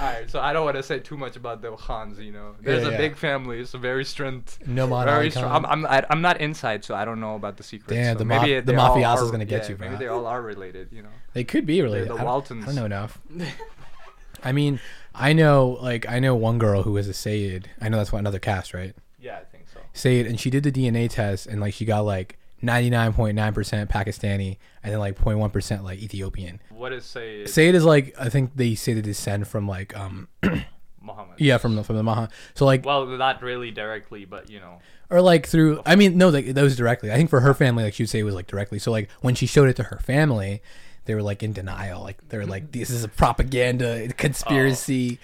A: Alright, so I don't want to say too much about the Khans, you know. There's
B: Yeah,
A: a
B: yeah.
A: big family. It's a very strength.
B: no
A: very
B: monarch.
A: strong. I'm, I'm, I- I'm not inside, so I don't know about the secrets.
B: Damn,
A: so
B: the
A: maybe
B: maf- the
A: they all
B: mafioso's
A: are-
B: gonna get
A: yeah,
B: you,
A: Maybe
B: bro.
A: they all are related, you know.
B: They could be related.
A: the
B: I don't- I don't
A: Waltons.
B: know enough. I mean, I know like I know one girl who was a Sayed. I know that's what another cast, right?
A: Yeah, I think so.
B: Sayed, and she did the DNA test, and like she got like ninety nine point nine percent Pakistani, and then like 0.1 percent like Ethiopian.
A: What is say
B: Sayed is like I think they say they descend from like um
A: Muhammad?
B: yeah from the from the Maha. So like
A: Well, not really directly, but you know.
B: or like through i mean no like, that was directly i think for her family like she would say it was like directly so like when she showed it to her family they were like in denial like they were like
A: Mm-hmm.
B: this is a propaganda conspiracy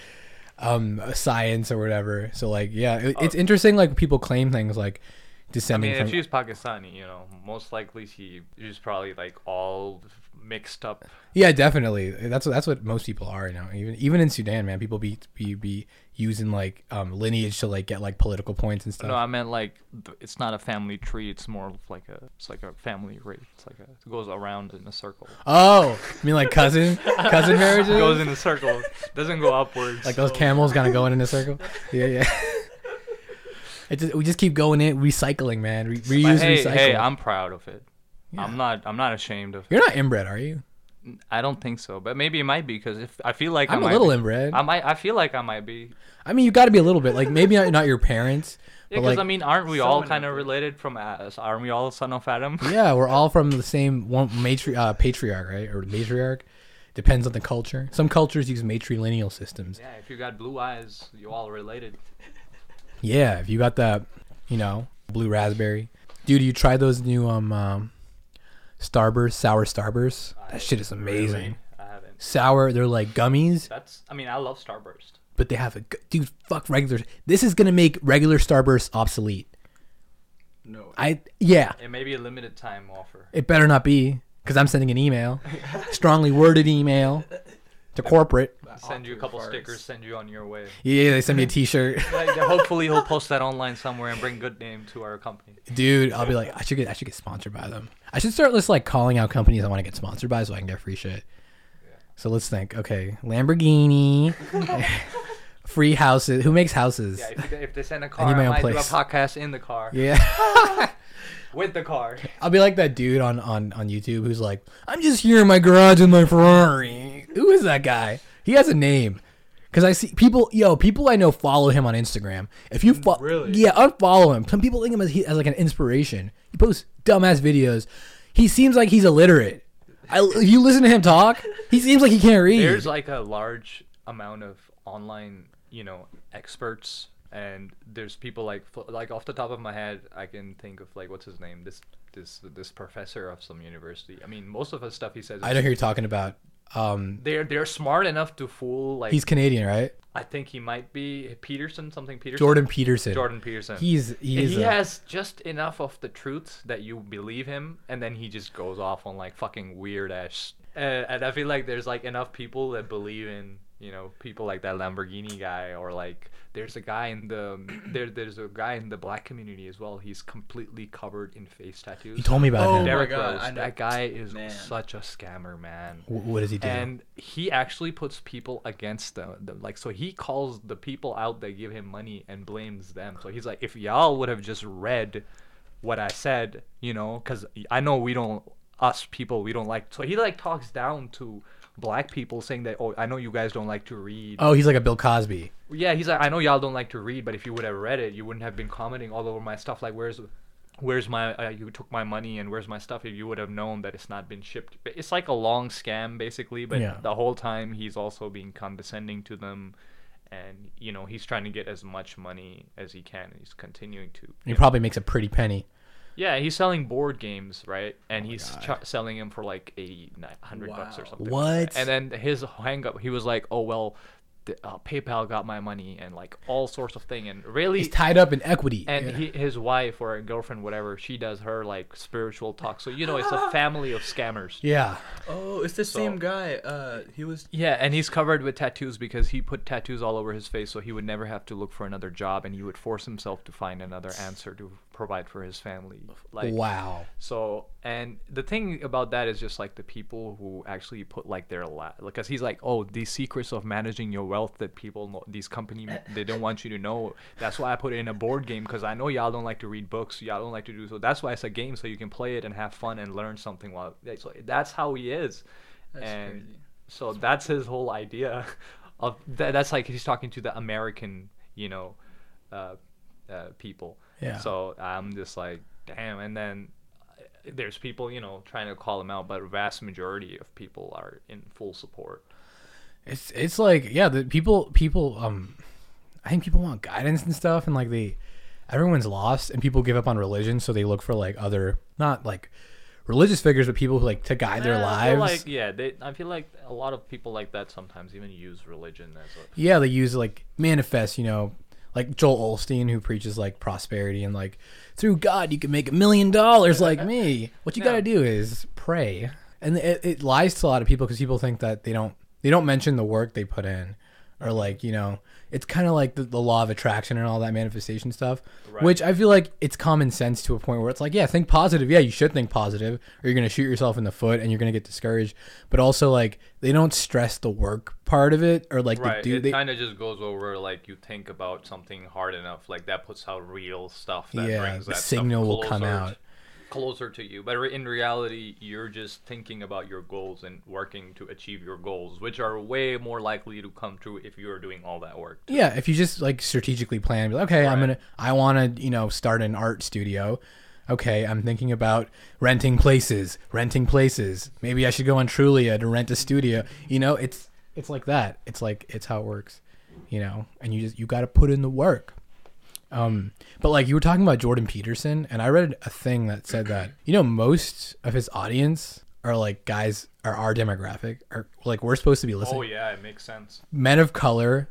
A: Oh.
B: um science or whatever so like yeah it, it's interesting like people claim things like
A: I
B: descending
A: mean, if
B: from
A: she's Pakistani, you know, most likely she she's probably like all mixed up.
B: yeah definitely that's what that's what most people are you know even even in sudan man people be be, be using like um lineage to like get like political points and stuff
A: No, I meant like th- it's not a family tree. It's more of like a it's like a family rate. It's like a, it goes around in a circle.
B: oh i mean like cousin cousin
A: It
B: marriages
A: goes in a circle. Doesn't go upwards.
B: Like those camels kind of going in a circle. Yeah, yeah. it just, we just keep going in recycling, man. Re-
A: But
B: reuse,
A: hey,
B: recycle.
A: hey, I'm proud of it.
B: Yeah.
A: I'm not. I'm not ashamed of. it.
B: You're not inbred, are you?
A: I don't think so, but maybe it might be because if I feel like I
B: I'm a
A: might
B: little
A: be.
B: inbred.
A: I might. I feel like I might be.
B: I mean, you got to be a little bit. Like maybe not, not your parents,
A: Yeah,
B: but
A: because
B: like
A: I mean, aren't we all
C: someone
A: kind of
C: out there.
A: related from? A- Aren't we all son of Adam?
B: yeah, we're all from the same one matri- uh, patriarch, right? Or matriarch. Depends on the culture. Some cultures use matrilineal systems.
A: Yeah, if you got blue eyes, you all related.
B: Yeah, if you got that, you know, blue raspberry, dude. You try those new um, um Starburst, sour Starburst. That shit is amazing.
A: I haven't.
B: Sour, they're like gummies.
A: That's. I mean, I love Starburst.
B: but they have a g- dude. Fuck regular. This is gonna make regular Starburst obsolete.
C: No.
B: I yeah.
A: It may be a limited time offer.
B: It better not be because I'm sending an email, strongly worded email, to corporate.
C: That
A: Send you a
C: author
A: couple
C: farts.
A: stickers, send you on your way.
B: Yeah, they send me a T-shirt,
A: Like, Hopefully, he'll post that online somewhere and bring good name to our company.
B: dude. I'll be like, I should get, I should get sponsored by them. I should start just like calling out companies I want to get sponsored by so I can get free shit. So let's think. Okay, Lamborghini, free houses. Who makes houses?
A: Yeah, if, they- if they send a
B: need
A: car,
B: my
A: I
B: own
A: might do a
B: place.
A: podcast in the car
B: yeah.
A: with the car.
B: I'll be like that dude on, on, on YouTube who's like, I'm just here in my garage in my Ferrari. Who is that guy? He has a name. Cause I see people, yo, people I know follow him on Instagram. If you fo-
C: Really?
B: yeah, unfollow him. Some people think of him as, he, as like an inspiration. He posts dumbass videos. He seems like he's illiterate. I, if you listen to him talk, he seems like he can't read.
A: There's like a large amount of online, you know, experts, and there's people like fl- like off the top of my head, I can think of like what's his name? This this this professor of some university. I mean, most of the stuff he says.
B: I
A: is-
B: know who you're talking about. Um,
A: They're they're smart enough to fool like
B: he's Canadian, right?
A: I think he might be Peterson something Peterson
B: Jordan Peterson.
A: Jordan Peterson.
B: He's he is
A: he
B: a-
A: has just enough of the truth that you believe him, and then he just goes off on like fucking weird ass. Uh, and I feel like there's like enough people that believe in you know people like that Lamborghini guy, or like there's a guy in the um, there there's a guy in the black community as well. He's completely covered in face tattoos.
B: You told me about
C: Oh
B: him.
C: my
A: Derek
C: God,
A: Rose.
C: I know.
A: That guy is
C: Man.
A: such a scammer, man.
B: Wh- what does he do?
A: And he actually puts people against them. the- Like, so he calls the people out that give him money and blames them. So he's like, if y'all would have just read what I said, you know, because I know we don't, us people, we don't like. So he like talks down to black people saying that, oh, I know you guys don't like to read.
B: oh, he's like a Bill Cosby.
A: Yeah, he's like, I know y'all don't like to read, but if you would have read it, you wouldn't have been commenting all over my stuff. Like, where's, where's my, uh, you took my money and where's my stuff? If you would have known that it's not been shipped. But It's like a long scam, basically. But
B: Yeah.
A: the whole time he's also being condescending to them, and you know he's trying to get as much money as he can. and He's continuing to.
B: He
A: you know.
B: probably makes a pretty penny.
A: yeah, he's selling board games, right?
B: Oh
A: And he's ch- selling them for like eighty, nine hundred bucks or
C: Wow.
A: something. like that.
B: What?
A: and then his hang up, he was like, "Oh well, the, uh, PayPal got my money and like all sorts of thing." And really,
B: He's tied up in equity.
A: and
B: Yeah.
A: he, his wife or girlfriend, whatever, she does her like spiritual talk. So you know, it's a family of scammers.
B: yeah.
C: Oh, it's the same guy. Uh, he was.
A: Yeah, and he's covered with tattoos because he put tattoos all over his face so he would never have to look for another job and he would force himself to find another answer to provide for his family. Like
B: wow.
A: So, and the thing about that is just like the people who actually put like their la because he's like, oh, these secrets of managing your wealth that people, know, these company, they don't want you to know. That's why I put it in a board game because I know y'all don't like to read books, y'all don't like to do so. That's why it's a game so you can play it and have fun and learn something while. So that's how he is,
C: That's
A: and
C: crazy.
A: so that's his whole idea of tha- that's like he's talking to the American, you know, uh, uh, people.
B: Yeah.
A: So I'm just like, damn. And then uh, there's people, you know, trying to call him out, but vast majority of people are in full support.
B: It's it's like yeah, the people people um I think people want guidance and stuff and like they everyone's lost and people give up on religion so they look for like other not like religious figures but people who like to guide their
A: Yeah, I
B: lives.
A: feel like, yeah, they, I feel like a lot of people like that sometimes even use religion as a.
B: yeah, they use like manifest, you know, like Joel Olstein who preaches like prosperity and like through God you can make a million dollars like me. What you got to do is pray. And it, it lies to a lot of people because people think that they don't they don't mention the work they put in or like, you know, it's kind of like the, the law of attraction and all that manifestation stuff, which I feel like it's common sense to a point where it's like, yeah, think positive. Yeah, you should think positive or you're going to shoot yourself in the foot and you're going to get discouraged. But also like they don't stress the work part of it or like
A: Right.
B: the do
A: it
B: they
A: kind of just goes over like you think about something hard enough, like that puts out real stuff. That
B: Yeah,
A: brings
B: the
A: that stuff
B: signal will come
A: closer
B: out.
A: t- closer to you. But in reality, you're just thinking about your goals and working to achieve your goals, which are way more likely to come true if you're doing all that work.
B: Yeah, if you just like strategically plan, be like, okay, I'm gonna, I want to, you know, start an art studio. Okay, I'm thinking about renting places, renting places. Maybe I should go on Trulia to rent a studio. You know, it's it's like that. It's like it's how it works. You know, and you just you got to put in the work. Um, but like you were talking about Jordan Peterson, and I read a thing that said that you know most of his audience are like guys are our demographic, are like we're supposed to be listening
A: Oh yeah, it makes sense.
B: men of color,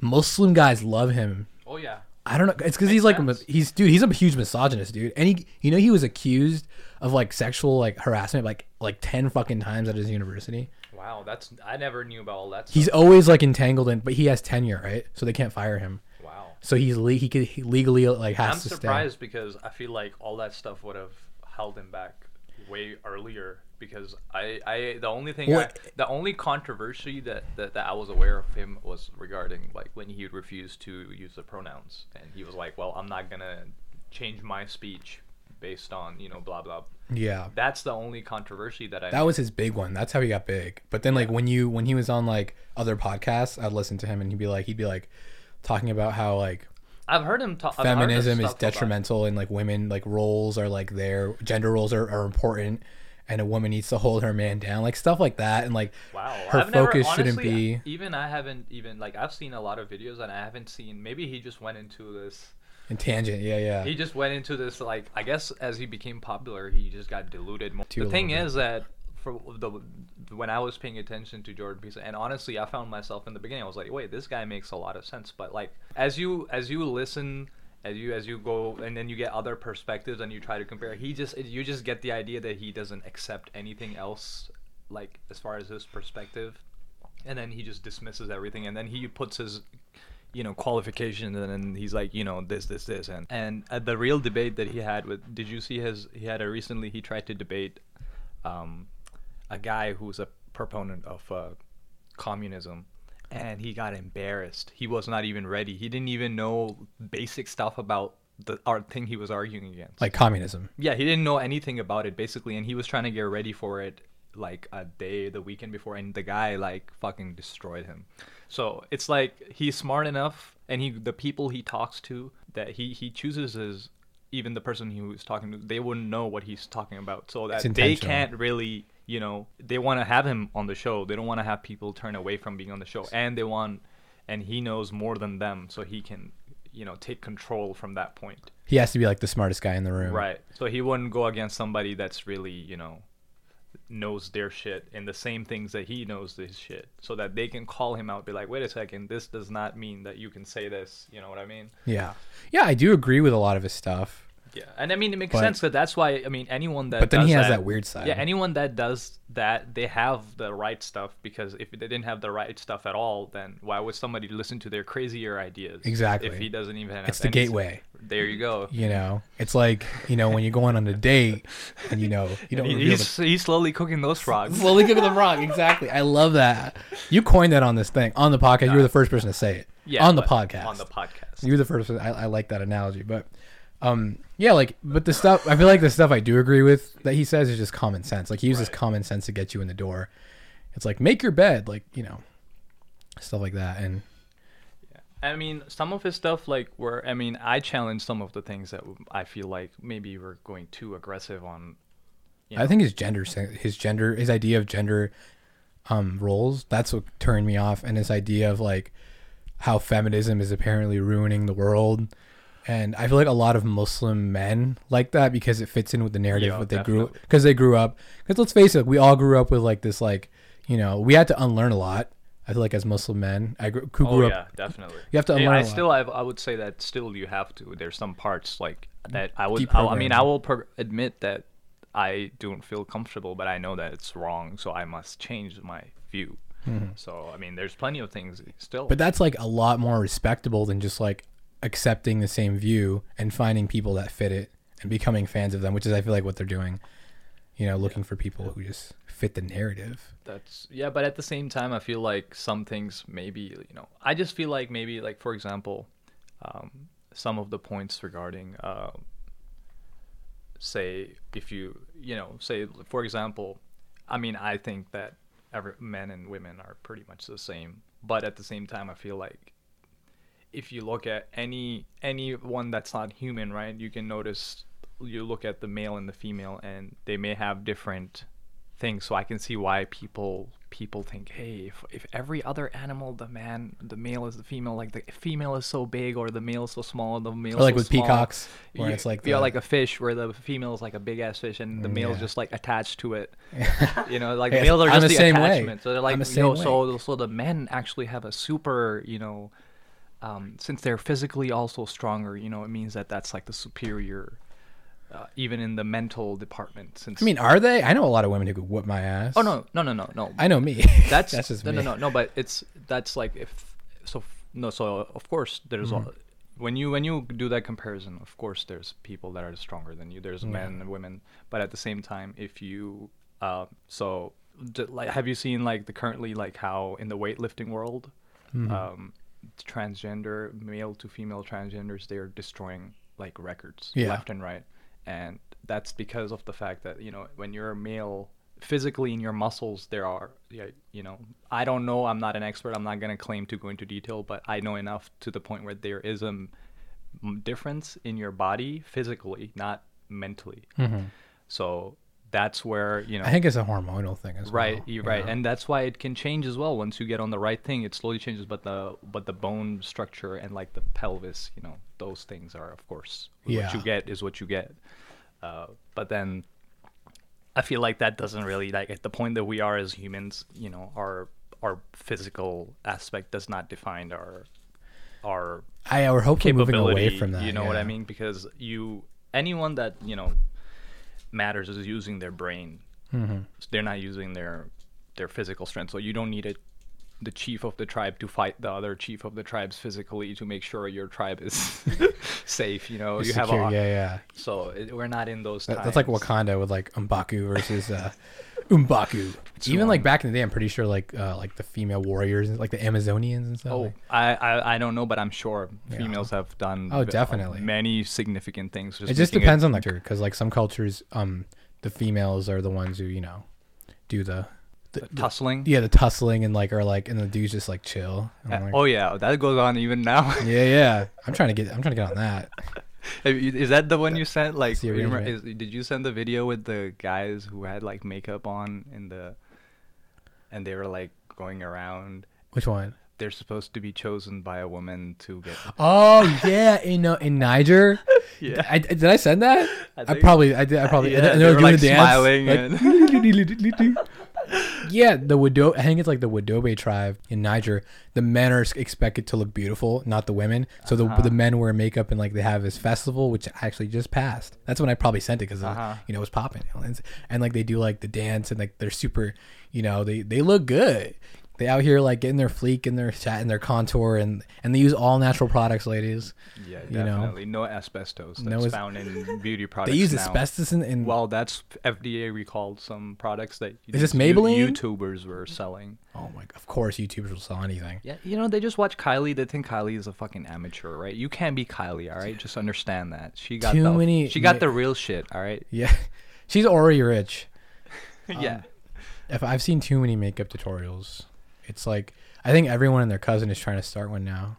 B: Muslim guys love him.
A: Oh yeah.
B: I don't know. It's because
A: Makes
B: he's like a
A: sense.
B: he's dude. He's a huge misogynist, dude. And he, you know, he was accused of like sexual like harassment like like ten fucking times at his university.
A: Wow, that's I never knew about all that.
B: He's
A: stuff.
B: always like entangled in, but he has tenure, right? So they can't fire him.
A: wow.
B: So he's le- he could he legally like has
A: I'm
B: to
A: surprised because I feel like all that stuff would have held him back way earlier. Because I, I the only thing, I,
B: What-
A: the only controversy that, that that I was aware of him was regarding like when he refused to use the pronouns, and he was like, "Well, I'm not gonna change my speech based on you know blah blah."
B: stay. Yeah.
A: That's the only controversy that I.
B: That was his big one. That's how he got big. But then like when you when he was on like other podcasts, I'd listen to him and he'd be like he'd be like talking about how like
A: I've heard him talk.
B: feminism is detrimental and like women like roles are like their gender roles are, are important and a woman needs to hold her man down like stuff like that and like
A: Wow,
B: her
A: I've never,
B: focus shouldn't
A: honestly,
B: be
A: Even I haven't even like I've seen a lot of videos and I haven't seen. Maybe he just went into this.
B: in tangent yeah yeah
A: He just went into this like I guess as he became popular, he just got diluted more.
B: Too a
A: the thing
B: little bit.
A: is that for the when I was paying attention to Jordan Peterson, and honestly, I found myself in the beginning. I was like, wait, this guy makes a lot of sense. But like as you as you listen. As you as you go and then you get other perspectives and you try to compare, he just you just get the idea that he doesn't accept anything else, like as far as his perspective, and then he just dismisses everything and then he puts his you know qualifications and then he's like you know this this this and and uh, the real debate that he had with did you see his he had a recently he tried to debate um a guy who's a proponent of uh, communism and he got embarrassed he was not even ready he didn't even know basic stuff about the art thing he was arguing against
B: like communism
A: yeah, he didn't know anything about it basically, and he was trying to get ready for it like a day, the weekend before, and the guy like fucking destroyed him. So it's like he's smart enough, and he the people he talks to that he he chooses his even the person he was talking to, they wouldn't know what he's talking about, so that
B: It's
A: they
B: intentional.
A: can't really. You know, they want to have him on the show. They don't want to have people turn away from being on the show, and they want, and he knows more than them, so he can, you know, take control from that point.
B: he has to be like the smartest guy in the room
A: Right. So he wouldn't go against somebody that's really, you know, knows their shit and the same things that he knows this shit so that they can call him out be like, "Wait a second, this does not mean that you can say this." You know what I mean?
B: yeah yeah I do agree with a lot of his stuff
A: Yeah. And I mean, it makes
B: But-
A: sense cuz that's why I mean, anyone that
B: but then he
A: does
B: has that weird side
A: yeah, anyone that does that, they have the right stuff because if they didn't have the right stuff at all, then why would somebody listen to their crazier ideas?
B: Exactly.
A: If he doesn't even have
B: it's the
A: any-
B: gateway
A: There you go.
B: you know it's like you know when you're going on a date and you know you don't
A: He-
B: reveal the
A: he's, he's slowly cooking those frogs.
B: Slowly cook the rock. Exactly. I love that. You coined that on this thing on the podcast. You were the first person to say it.
A: Yeah,
B: On the
A: but-
B: podcast.
A: On the podcast.
B: you were the first. Person, I, I like that analogy, but um, yeah, like, but the stuff I feel like the stuff I do agree with that he says is just common sense. Like he uses common sense to get you in the door. It's like make your bed, like you know, stuff like that, and
A: I mean, some of his stuff, like, where I mean, I challenge some of the things that w- I feel like maybe we're going too aggressive on. You
B: I
A: know.
B: think his gender, his gender, his idea of gender um, roles, that's what turned me off, and his idea of like how feminism is apparently ruining the world. And I feel like a lot of Muslim men like that because it fits in with the narrative
A: Yeah,
B: what they grew
A: definitely.
B: because they grew up. Because let's face it, we all grew up with like this, like you know, we had to unlearn a lot. I feel like as Muslim men, I grew, who
A: Oh
B: grew
A: yeah,
B: up
A: definitely.
B: You have to
A: Yeah,
B: unlearn a
A: I
B: lot.
A: still, I, I would say that still you have to. There's some parts like that. I would. I, I mean, I
B: Deprogramming.
A: will per- admit that I don't feel comfortable, but I know that it's wrong, so I must change my view. So I mean, there's plenty of things still.
B: Mm-hmm. But that's like a lot more respectable than just like accepting the same view and finding people that fit it and becoming fans of them, which is I feel like what they're doing. You know, looking for people who just fit the narrative.
A: That's yeah, but at the same time, I feel like some things maybe you know. I just feel like maybe like for example, um, some of the points regarding, um say if you you know say for example, I mean I think that every men and women are pretty much the same, but at the same time I feel like if you look at any anyone that's not human, right, you can notice you look at the male and the female, and they may have different things. So I can see why people people think, hey, if if every other animal, the man, the male is the female, like the female is so big or the male is so small, the male
B: Or like
A: so
B: with
A: small.
B: peacocks, where it's like
A: yeah,
B: the-
A: like a fish, where the female is like a big ass fish, and the male's
B: yeah.
A: just like attached to it. you know, like
B: Yes,
A: males are
B: I'm
A: just
B: the
A: the,
B: same way.
A: attachment. So they're
B: I'm
A: like,
B: the
A: you know,
B: same
A: so so the men actually have a super, you know, um, since they're physically also stronger, you know, it means that that's like the superior, uh, even in the mental department. Since
B: I mean, are they? I know a lot of women who could whoop my ass.
A: oh no, no, no, no, no.
B: I know me.
A: that's
B: that's just
A: no,
B: me.
A: no, no, no. But it's that's like if so f- no. So of course there's all,
B: Mm-hmm.
A: when you when you do that comparison, of course there's people that are stronger than you. There's men and women, but at the same time, if you uh, so d- like have you seen like the currently like how in the weightlifting world,
B: Mm-hmm.
A: um, transgender male to female transgenders they are destroying like records
B: Yeah.
A: left and right, and that's because of the fact that you know when you're a male physically in your muscles there are yeah, you know i don't know i'm not an expert i'm not going to claim to go into detail but i know enough to the point where there is a m- m- difference in your body physically not mentally so that's where you know
B: I think it's a hormonal thing as well.
A: right you're right
B: yeah.
A: and that's why it can change as well once you get on the right thing it slowly changes but the but the bone structure and like the pelvis you know those things are of course
B: Yeah.
A: what you get is what you get uh, but then i feel like that doesn't really like at the point that we are as humans you know our our physical aspect does not define our our
B: I uh, we're hopefully moving away
A: capability,
B: from that.
A: You know what I
B: yeah.
A: mean? Because you anyone that you know matters is using their brain.
B: Mm-hmm.
A: So they're not using their their physical strength. So you don't need a the chief of the tribe to fight the other chief of the tribes physically to make sure your tribe is safe. You know, you
B: Secure,
A: have a
B: yeah, yeah.
A: so it, we're not in those.
B: That- that's like
A: times.
B: Wakanda with like Umbaku versus uh, Umbaku. Even like back in the day, I'm pretty sure like uh, like the female warriors, and like the Amazonians and stuff.
A: Oh,
B: like-
A: I, I I don't know, but I'm sure females have done
B: Oh,
A: v- uh,
B: definitely.
A: many significant things.
B: it just
A: making
B: depends on the culture, because like some cultures, um, the females are the ones who you know do the, the
A: tussling.
B: yeah the tussling and like are like and the dudes just like chill. And I'm
A: Uh,
B: like,
A: oh yeah, that goes on even now.
B: Yeah, yeah. I'm trying to get I'm trying to get on that.
A: Have you- Is that the one you sent? Like,
B: the
A: remember, is,
B: arrangement.
A: did you send the video with the guys who had like makeup on in the, and they were like going around?
B: Which one?
A: They're supposed to be chosen by a woman to get.
B: Oh yeah, in uh, in Niger. yeah. I, I- did I send that? I,
A: think-
B: probably I did. I probably.
A: Yeah,
B: and
A: they
B: they were
A: were,
B: doing
A: like,
B: the
A: smiling
B: dance. like- yeah, the Wado. I think it's like the Wadobe tribe in Niger. The men are expected to look beautiful, not the women. So
A: Uh-huh.
B: the the men wear makeup and like they have this festival, which actually just passed. That's when I probably sent it because
A: Uh-huh.
B: you know it was popping, and, and like they do like the dance and like they're super. You know they they look good. They out here like getting their fleek and their chat and their contour and and they use all natural products, ladies.
A: Yeah,
B: You know.
A: definitely no asbestos that's
B: No as-
A: found in beauty products.
B: They use
A: now.
B: asbestos in, in
A: Well, that's FDA recalled some products that
B: Is
A: these
B: this
A: you-
B: Maybelline?
A: YouTubers were selling.
B: Oh my! Of course, YouTubers will sell anything.
A: Yeah, you know they just watch Kylie. They think Kylie is a fucking amateur, right? You can't be Kylie, all right? Just understand that she got
B: Too
A: the
B: many
A: she got
B: ma-
A: the real shit, all right? Um,
B: Yeah, she's already rich.
A: yeah.
B: If I've seen too many makeup tutorials, it's like I think everyone and their cousin is trying to start one now.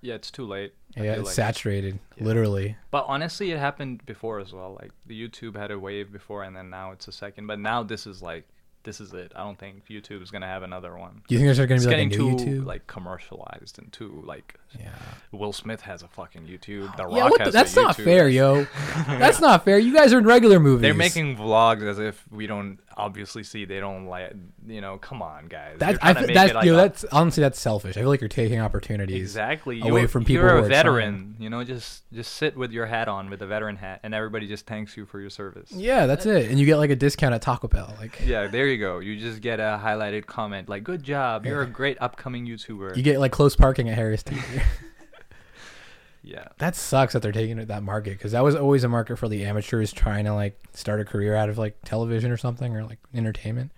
A: Yeah, it's too late. I
B: Yeah,
A: feel
B: it's
A: like.
B: saturated, literally.
A: But honestly, it happened before as well. Like the YouTube had a wave before, and then now it's a second. But now this is like this is it. I don't think YouTube is gonna have another one.
B: Do you think there's going
A: It's
B: to be like a
A: getting
B: new
A: too
B: YouTube?
A: like commercialized and too like
B: yeah,
A: Will Smith has a fucking YouTube. The
B: yeah.
A: Rock
B: What the,
A: has
B: that's
A: a
B: not
A: YouTube.
B: fair, yo. That's not fair. You guys are in regular movies.
A: They're making vlogs as if we don't obviously see they don't like you know. Come on, guys.
B: That's
A: You're
B: I,
A: trying to
B: fe-
A: make
B: that's
A: it like
B: yo,
A: a-
B: that's honestly that's selfish. I feel like you're taking opportunities.
A: Exactly.
B: away
A: you're,
B: from people
A: You're
B: who
A: a
B: are trying.
A: veteran. You know, just just sit with your hat on, with a veteran hat, and everybody just thanks you for your service.
B: Yeah, that's it. And you get like a discount at Taco Bell. Like
A: Yeah, there you go. You just get a highlighted comment like, "Good job, you're a great upcoming YouTuber."
B: you get like close parking at Harris Teeter.
A: yeah,
B: That sucks that they're taking it that market because that was always a market for the amateurs trying to like start a career out of like television or something or like entertainment.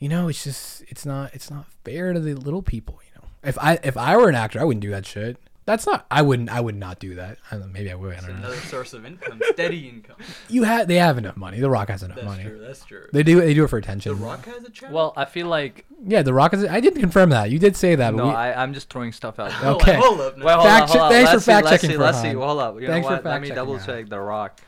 B: You know, it's just it's not it's not fair to the little people. You know, if I if I were an actor, I wouldn't do that shit. That's not I wouldn't I would not do that. I don't know, maybe I would. I don't know.
C: Another source of income, steady income.
B: You have they have enough money. The Rock has enough
C: That's
B: money.
C: true. That's true.
B: They do they do it for attention.
C: the Rock has a channel.
A: Well, I feel like
B: Yeah, The Rock is. I didn't confirm that. You did say that.
A: no,
B: but we,
A: I, I'm just throwing stuff out.
C: Oh,
A: there.
B: okay.
C: hold up now.
A: Wait, hold
B: Fact
A: on,
B: check-
A: hold on.
B: thanks for
A: let's see,
B: fact
A: let's
B: checking
A: See,
B: for
A: let's see.
B: Han.
A: Hold up. You
B: Thanks for
A: know what? Let
B: fact
A: me
B: checking
A: double
B: that.
A: check the Rock.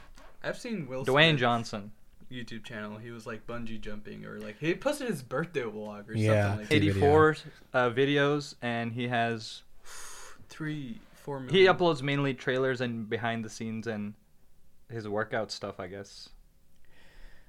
C: I've seen Will
A: Dwayne
C: Smith's
A: Johnson.
C: YouTube channel. He was like bungee jumping or like he posted his birthday vlog or
B: Yeah.
C: something like
B: Hey,
C: that.
A: 84 uh, videos, and he has
C: Three, four million.
A: he uploads mainly trailers and behind the scenes and his workout stuff, I guess.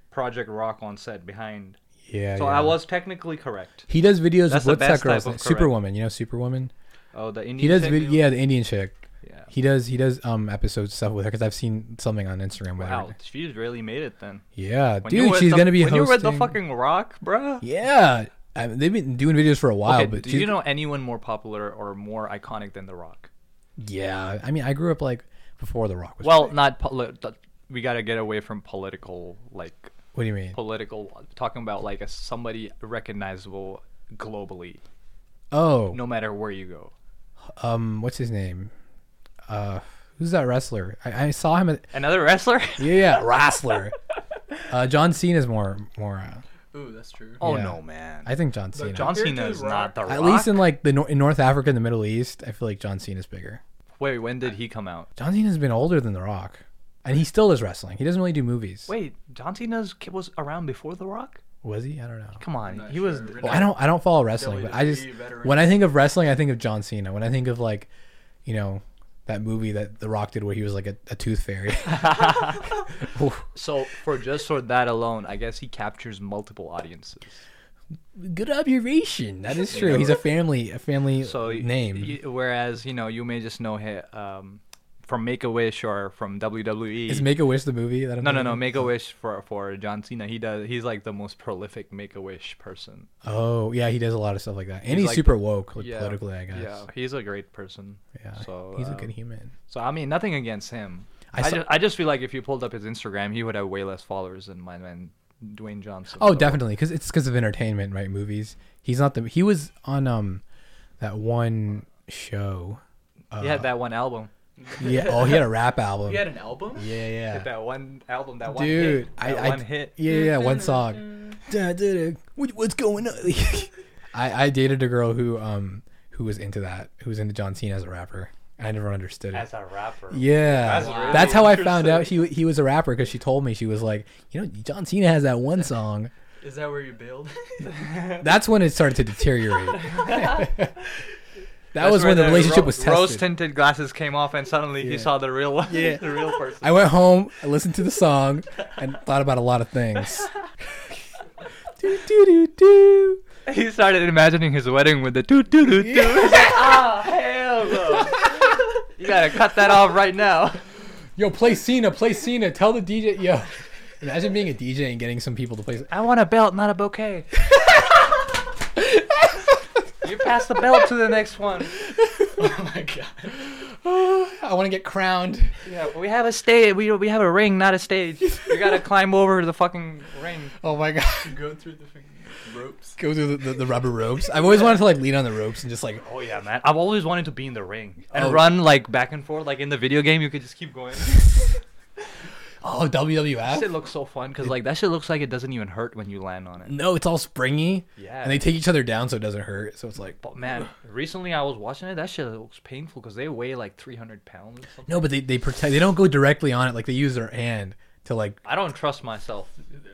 A: Project Rock on set behind.
B: yeah.
A: so
B: yeah.
A: I was technically correct.
B: He does videos
A: That's the
B: with what's that
A: best
B: girl's
A: type of
B: name?
A: correct.
B: Superwoman. You know Superwoman.
A: Oh, the Indian.
B: He does
A: chick?
B: vid- yeah, the Indian chick.
A: Yeah.
B: He does he does um episode stuff with her because I've seen something on Instagram with
A: Wow,
B: her.
A: she's really made it then.
B: Yeah,
A: When you
B: dude,
A: were
B: she's
A: the-
B: gonna be
A: when
B: hosting.
A: you were the fucking Rock, bruh.
B: Yeah, I mean, they've been doing videos for a while,
A: okay,
B: but
A: do
B: she's-
A: you know anyone more popular or more iconic than the Rock?
B: yeah, I mean, I grew up like before The Rock was.
A: Well,
B: big.
A: not poli- th- we got to get away from political like
B: what do you mean?
A: political talking about like a, somebody recognizable globally
B: Oh,
A: no matter where you go.
B: um, what's his name? Uh, who's that wrestler? I, I saw him at
A: Another wrestler?
B: yeah, yeah wrestler. uh, John Cena's more more. Uh,
C: Ooh, that's true.
A: Oh
B: Yeah.
A: no, man.
B: I think John Cena.
A: John
C: Compared
A: Cena
C: to
A: is
C: Rock-
A: not the Rock.
B: at least in like the nor- in North Africa and the Middle East, I feel like John Cena's bigger.
A: Wait, when did he come out?
B: John Cena's been older than The Rock, and he still does wrestling. He doesn't really do movies.
A: Wait, John Cena's kid was around before The Rock?
B: was he? I don't know.
A: Come E on,
C: not
A: he was.
C: sure.
B: Well, I don't I don't follow wrestling, but I just
C: WWE veteran.
B: when I think of wrestling, I think of John Cena. When I think of like, you know, that movie that The Rock did where he was like a, a tooth fairy.
A: So for just for that alone, I guess he captures multiple audiences.
B: Good observation. That is true. He's a family a family
A: So y-
B: name.
A: y- whereas you know you may just know him um, from Make a Wish or from WWE.
B: is Make a Wish the movie that I'm
A: no, no, no.
B: thinking
A: Make a Wish for for John Cena. He does. He's like the most prolific Make a Wish person.
B: of? Oh yeah, he does a lot of stuff like that, and he's,
A: like
B: super
A: the-
B: woke like,
A: yeah,
B: politically. I guess.
A: Yeah,
B: Yeah.
A: he's a great person. So
B: he's a good
A: um,
B: human.
A: So I mean, nothing against him.
B: I
A: I,
B: saw-
A: just, I just feel like if you pulled up his Instagram, he would have way less followers than my man Dwayne Johnson.
B: Oh,
A: So-
B: definitely, because it's because of entertainment, right? Movies. He's not the. He was on um, that one show.
A: He had
B: Uh,
A: that one album.
B: Yeah. Oh, he had a rap album.
C: He had an album.
B: Yeah, yeah.
A: That one album. That one
B: Dude,
A: hit.
B: I,
A: That
B: I
A: one hit.
B: Yeah, yeah, one song. Da, da, da. What, what's going on? I, I dated a girl who um who was into that, who was into John Cena as a rapper. I never understood it.
A: As a rapper.
B: yeah,
A: That's really
B: that's how I found out he he was a rapper because she told me she was like, you know, John Cena has that one song.
C: Is that where you bailed?
B: That's when it started to deteriorate. that was when the relationship was tested.
A: Rose tinted glasses came off, and suddenly
B: Yeah.
A: he saw the real,
B: Yeah.
A: the real person.
B: I went home, I listened to the song, and thought about a lot of things. do, do, do, do.
A: He started imagining his wedding with the doo doo doo doo. He's like, oh hell no! you gotta cut that off right now.
B: Yo, play Cena, play Cena. Tell the DJ, yo. Imagine being a DJ and getting some people to play.
A: I want a belt, not a bouquet. you pass the belt to the next one.
C: oh my god.
B: I want to get crowned.
A: Yeah, we have a stage. We we have a ring, not a stage. You gotta climb over the fucking ring.
B: Oh my god,
C: Go through the fucking ropes.
B: go through the, the, the rubber ropes. I've always wanted to like lean on the ropes and just like.
A: Oh yeah, man. I've always wanted to be in the ring and
B: Oh.
A: run like back and forth, like in the video game. You could just keep going.
B: Oh
A: That shit
B: WWF.
A: looks so fun because like that shit looks like it doesn't even hurt when you land on it.
B: No, it's all springy.
A: Yeah.
B: And they take each other down so it doesn't hurt. So it's like.
A: But man, recently I was watching it. That shit looks painful because they weigh like 300 pounds or something.
B: No, but they, they protect. They don't go directly on it. Like they use their hand to like
A: I don't trust myself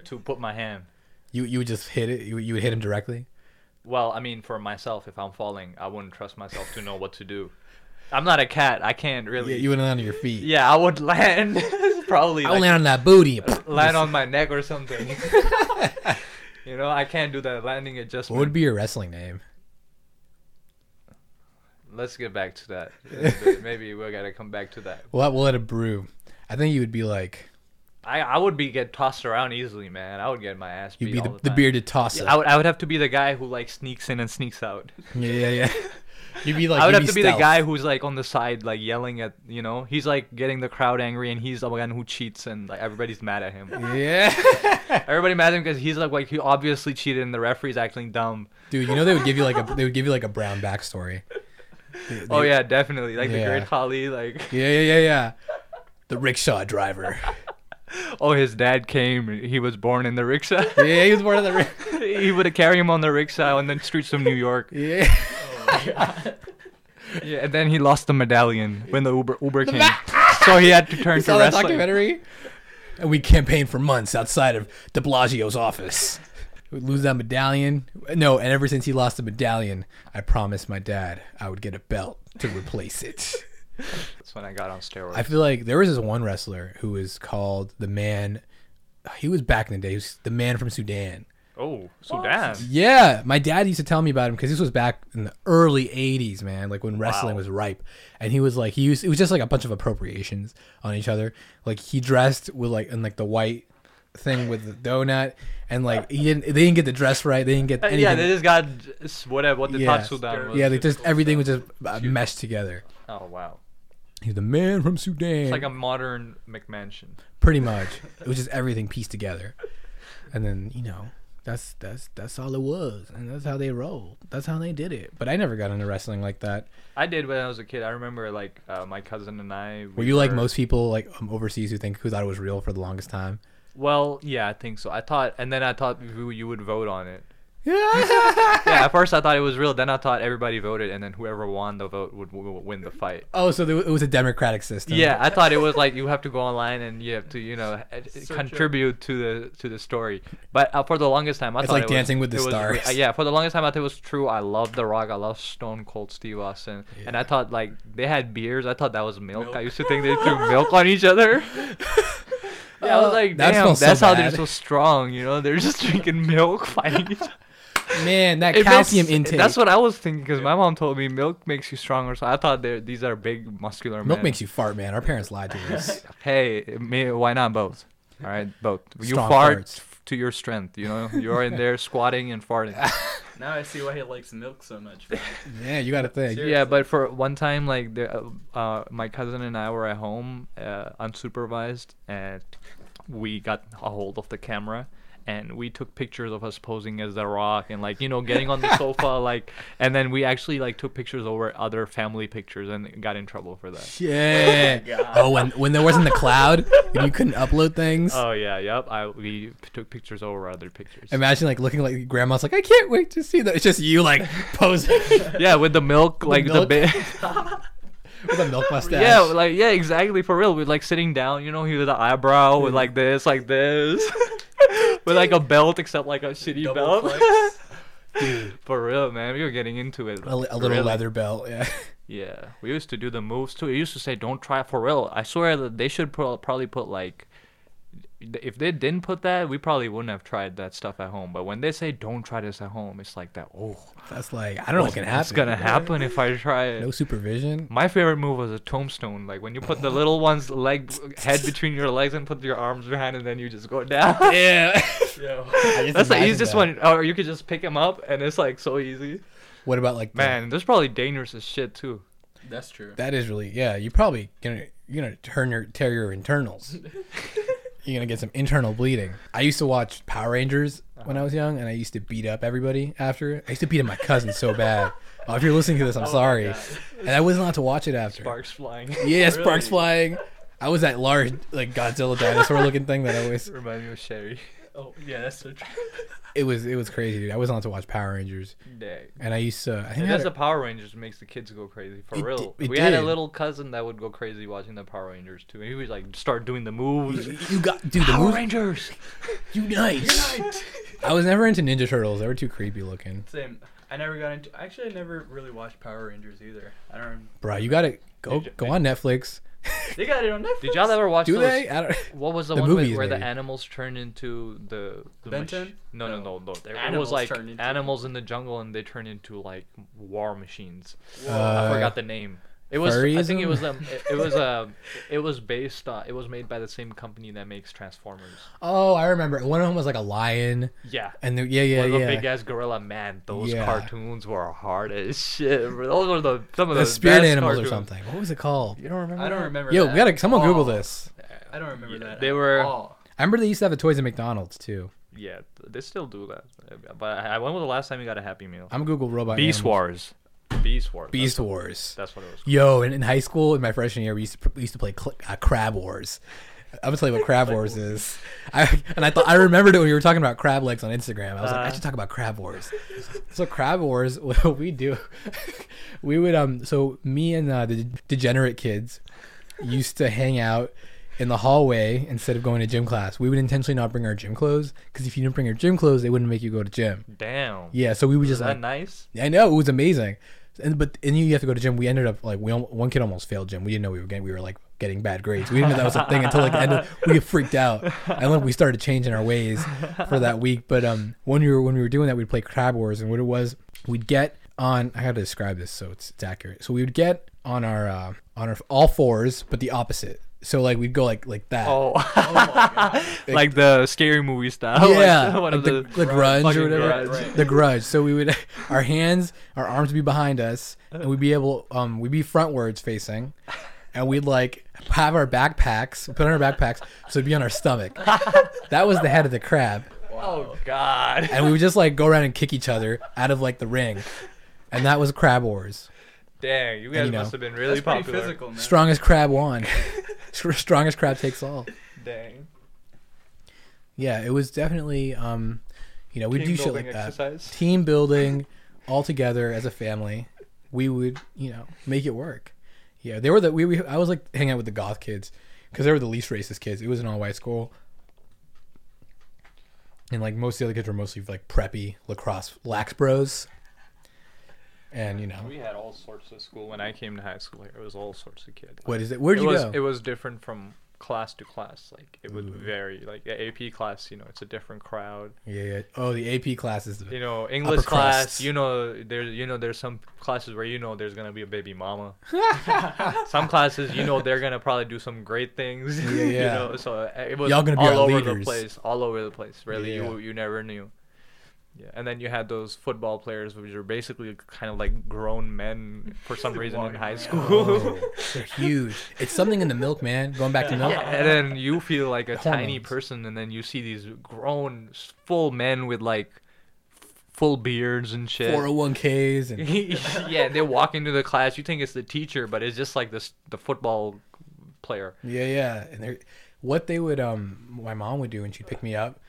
A: to put my hand.
B: you you would just hit it. You you would hit him directly.
A: Well, I mean, for myself, if I'm falling, I wouldn't trust myself to know what to do. I'm not a cat. I can't
B: Yeah,
A: really. Yeah,
B: you went on your feet.
A: I would land probably
B: I will
A: like,
B: land on that booty.
A: land on my neck or something. you know, I can't do that landing adjustment.
B: What would be your wrestling name?
A: Let's get back to that. in a bit. Maybe we gotta come back to that.
B: We'll we'll let it brew. I think you would be like
A: I, I would be get tossed around easily, man. I would get my ass beat.
B: You'd be the,
A: all the,
B: the
A: time.
B: bearded tosser.
A: I would, I would have to be the guy who like sneaks in and sneaks out.
B: yeah, yeah, yeah. You'd be like.
A: I would
B: you'd
A: have to be the
B: stealth.
A: guy who's like on the side, like yelling at you know. He's like getting the crowd angry, and he's the one who cheats, and like everybody's mad at him.
B: Yeah,
A: Everybody mad at him because he's like like he obviously cheated, and the referee's acting dumb.
B: dude. You know they would give you like a they would give you like a brown backstory. They-
A: Oh
B: they-
A: yeah, definitely. Like the
B: Yeah.
A: great Holly, like
B: Yeah, yeah, yeah, yeah. The rickshaw driver.
A: oh his dad came, he was born in the rickshaw.
B: Yeah, he was part of the. Rick-
A: he would have carried him on the rickshaw on the streets of New York.
B: yeah.
A: Yeah, and then he lost the medallion when the Uber Uber came, so he had to turn to
B: Saw that
A: wrestling.
B: documentary. And we campaigned for months outside of De Blasio's office. We'd lose that medallion. No, and ever since he lost the medallion, I promised my dad I would get a belt to replace it.
A: That's when I got on steroids.
B: I feel like there was this one wrestler who was called the man. He was back in the day. He was the man from Sudan.
A: Oh, Sudan.
B: Yeah, my dad used to tell me about him because this was back in the early '80s, man. Like when wrestling
A: Wow.
B: was ripe, and he was like, he used it was just like a bunch of appropriations on each other. Like he dressed with like in like the white thing with the donut, and like he didn't. They didn't get the dress right. They didn't get anything.
A: yeah, they just got s- whatever what they
B: Yeah.
A: thought Sudan was.
B: yeah, like just everything was just uh, meshed together.
A: Oh wow,
B: He's the man from Sudan.
A: it's like a modern McMansion.
B: pretty much. it was just everything pieced together, and then you know that's that's that's all it was, and that's how they rolled. That's how they did it. But I never got into wrestling like that.
A: I did when I was a kid. I remember like uh, my cousin and I. we
B: Were you like most people like um, overseas who think who thought it was real for the longest time?
A: Well, yeah, I think so. I thought, and then I thought you you would vote on it.
B: Yeah.
A: Yeah, at first I thought it was real. Then I thought everybody voted, and then whoever won the vote would w- w- win the fight.
B: oh, so there, it was a democratic system.
A: Yeah, I thought it was like you have to go online and you have to, you know, h-
C: Search
A: contribute to the to the story. But uh, for the longest time, I
B: It's
A: thought
B: like
A: it
B: Dancing
A: was,
B: with the
A: it was re-
B: Stars.
A: uh, yeah, for the longest time, I thought it was true. I love The Rock. I love Stone Cold Steve Austin, and I thought like they had beers. I thought that was milk. I
C: Milk.
A: used to think they threw milk on each other. Yeah, I
B: Uh,
A: was like,
B: that
A: damn,
B: smells so
A: that's how they're
B: bad."
A: so strong. You know, they're just drinking milk, fighting each other.
B: man, that
A: It makes-
B: calcium intake.
A: That's what I was thinking because my mom told me milk makes you stronger. So I thought they're- these are big, muscular
B: milk
A: men.
B: makes you fart, man. Our parents lied to us.
A: Hey, may, why not both? All right, both. You
B: Strong
A: fart
B: farts.
A: f- to your strength. You know, you're in there squatting and farting.
C: Now I see why he likes milk so much. bro.
B: yeah, you got to think.
A: yeah, but for one time, like the, uh, uh, my cousin and I were at home, uh, unsupervised, and we got a hold of the camera. And we took pictures of us posing as The Rock and like you know getting on the sofa like, and then we actually like took pictures over other family pictures and got in trouble for that.
B: Yeah. oh, when when there wasn't the cloud and you couldn't upload things.
A: Oh yeah, yep. I we p- took pictures over other pictures.
B: Imagine like looking like grandma's like, I can't wait to see that. It's just you like posing
A: yeah, with the milk, like the
B: milk
A: bit.
B: with a milk mustache.
A: yeah, like yeah, exactly. For real, we're like sitting down. You know, he with the eyebrow with like this, like this, with like a belt, except like a shitty
C: Double
A: belt.
C: flex.
A: For real, man, we were getting into it.
B: a, li- a little
A: Really.
B: leather belt. Yeah.
A: Yeah, we used to do the moves too. We used to say, "Don't try for real." I swear that they should pro- probably put like, if they didn't put that, we probably wouldn't have tried that stuff at home. But when they say, "Don't try this at home," it's like that. Oh.
B: That's like I don't know what can happen.
A: It's gonna happen if I try it.
B: No supervision.
A: My favorite move was a tombstone. Like when you put the little one's leg head between your legs and put your arms behind, and then you just go down.
B: Yeah.
C: Yo.
A: That's the easiest one. Or you could just pick him up, and it's like so easy.
B: What about like the-
A: Man, there's probably dangerous as shit too.
C: That's true.
B: that is really yeah. You're probably gonna you're gonna turn your tear your internals. you're gonna get some internal bleeding. I used to watch Power Rangers when I was
A: Uh-huh.
B: young, and I used to beat up everybody after. I used to beat up my cousin so bad. Oh, if you're listening to this, I'm sorry. And I wasn't allowed to watch it after.
A: Sparks flying.
B: Yeah, sparks
C: Really?
B: flying. I was that large like Godzilla dinosaur looking thing that I always.
A: Remind me of Sherry.
C: Oh, yeah, that's so true.
B: It was it was crazy, dude. I wasn't allowed to watch Power Rangers,
A: Dang.
B: and I used to. I think I
A: And
B: had
A: that's
B: a-
A: the Power Rangers makes the kids go crazy for
B: It
A: real.
B: di- it
A: we had a
B: did.
A: little cousin that would go crazy watching the Power Rangers too. He would like start doing the moves.
B: You got dude the
A: Power
B: movie
A: Rangers.
B: Unite. I was never into Ninja Turtles. They were too creepy looking.
C: Same. I never got into. Actually, I never really watched Power Rangers either. I don't.
B: Bro, you gotta go
A: Ninja-
B: go on Netflix.
C: They got it on Netflix.
A: Did y'all ever watch
B: Do
A: those
B: they? I don't.
A: What was the,
B: The
A: one with,
B: movies,
A: where
B: maybe.
A: the animals turned into the, the
C: Ben
A: mach-
C: 10?
A: No, no, no, no. There, it was
C: Animals
A: like
C: turned into-
A: animals in the jungle, and they turned into like war machines.
B: Uh,
A: I forgot the name. It was. I think it was um. It, it was um. It was based. on. It was made by the same company that makes Transformers.
B: Oh, I remember. One of them was like a lion,
A: Yeah.
B: and the, yeah, yeah,
A: Or the
B: yeah.
A: big ass gorilla man. Those
B: Yeah.
A: cartoons were hard as shit. bro. Those were the some of the,
B: the spirit
A: best
B: animals
A: cartoons.
B: or something. What was it called?
A: You don't remember?
C: I don't
A: that? Oh.
C: remember.
B: Yo,
C: that
B: we gotta someone
C: at
B: Google
C: all.
B: this.
C: I don't remember
A: Yeah,
C: that.
A: they
C: at
A: were-
C: all.
B: I remember they used to have the toys at McDonald's too.
A: Yeah, th- they still do that. But I, I- when was the last time you got a Happy Meal?
B: I'm Google robot.
A: Beast
B: animals.
A: Wars. Beast Wars.
B: Beast
A: that's what-
B: Wars.
A: That's what it was.
B: Yo, in, in high school, in my freshman year, we used to, we used to play cl- uh, Crab Wars. I'm gonna tell you what Crab Wars is. I, and I thought I remembered it when we were talking about crab legs on Instagram. I was like, I
A: Uh.
B: should talk about Crab Wars. so Crab Wars, what we do, we would um. So me and uh, the degenerate kids used to hang out in the hallway instead of going to gym class. We would intentionally not bring our gym clothes because if you didn't bring your gym clothes, they wouldn't make you go to gym.
A: Damn.
B: Yeah, so we would
A: Is
B: just
A: that
B: like,
A: nice?
B: I know it was amazing. and but and you have to go to gym. We ended up like we al- one kid almost failed gym. We didn't know we were getting we were like getting bad grades. We didn't know that was a thing until like the end of, we freaked out. And then we started changing our ways for that week. But um, when we were when we were doing that, we'd play Crab Wars, and what it was, we'd get on. I got to describe this so it's, it's accurate. So we would get on our uh, on our all fours, but the opposite. So like we'd go like like that.
A: Oh,
C: Oh my god.
A: like the scary movie style. Oh,
B: Yeah,
A: like, one
B: like
A: of
B: the,
A: the,
B: the grunge or
A: fucking
B: whatever.
A: grudge.
C: Right.
B: The grudge. So we would, our hands, our arms would be behind us, and we'd be able, um, we'd be frontwards facing, and we'd like have our backpacks, put on our backpacks, so it'd be on our stomach. That was the head of the crab,
A: oh god.
B: and we would just like go around and kick each other out of like the ring, and that was crab wars.
A: Dang, you guys
B: you know,
A: must have been really
C: That's pretty
A: popular.
C: physical, man.
B: Strongest crab won. Str- Strongest crab takes all.
A: Dang.
B: Yeah, it was definitely, um, you know, we do
A: Team
B: shit
A: building
B: like that.
A: exercise.
B: team building all together as a family we would you know make it work yeah they were the we, we i was like hanging out with the goth kids because they were the least racist kids it was an all-white school and like most of the other kids were mostly like preppy lacrosse lax bros and you know
A: We had all sorts of school when I came to high school here. It was all sorts of kids.
B: what is it where'd
A: it
B: you
A: was
B: go
A: it was different from class to class. Like it would vary. Like the AP class, you know, it's a different crowd.
B: yeah, yeah oh the ap classes
A: You know, English
B: Upper
A: class,
B: crust.
A: you know, there you know there's some classes where you know there's going to be a baby mama. some classes you know they're going to probably do some great things.
B: Yeah,
A: you
B: yeah.
A: know, so uh, it was
B: Y'all gonna be
A: all
B: our
A: over
B: leaders.
A: the place, all over the place. Really,
B: Yeah.
A: you you never knew. Yeah, and then you had those football players, which are basically kind of like grown men for some reason in
C: walking
A: high
C: around.
A: school.
B: Oh, they're huge it's something in the milk man going back to milk
A: Yeah, and then you feel like a tiny
B: Hormones.
A: person, and then you see these grown, s- full men with like f- full beards and shit.
B: 401ks and
A: yeah, they walk into the class. You think it's the teacher, but it's just like this the football player.
B: Yeah, yeah. And they're, what they would, um, my mom would do when she'd pick me up,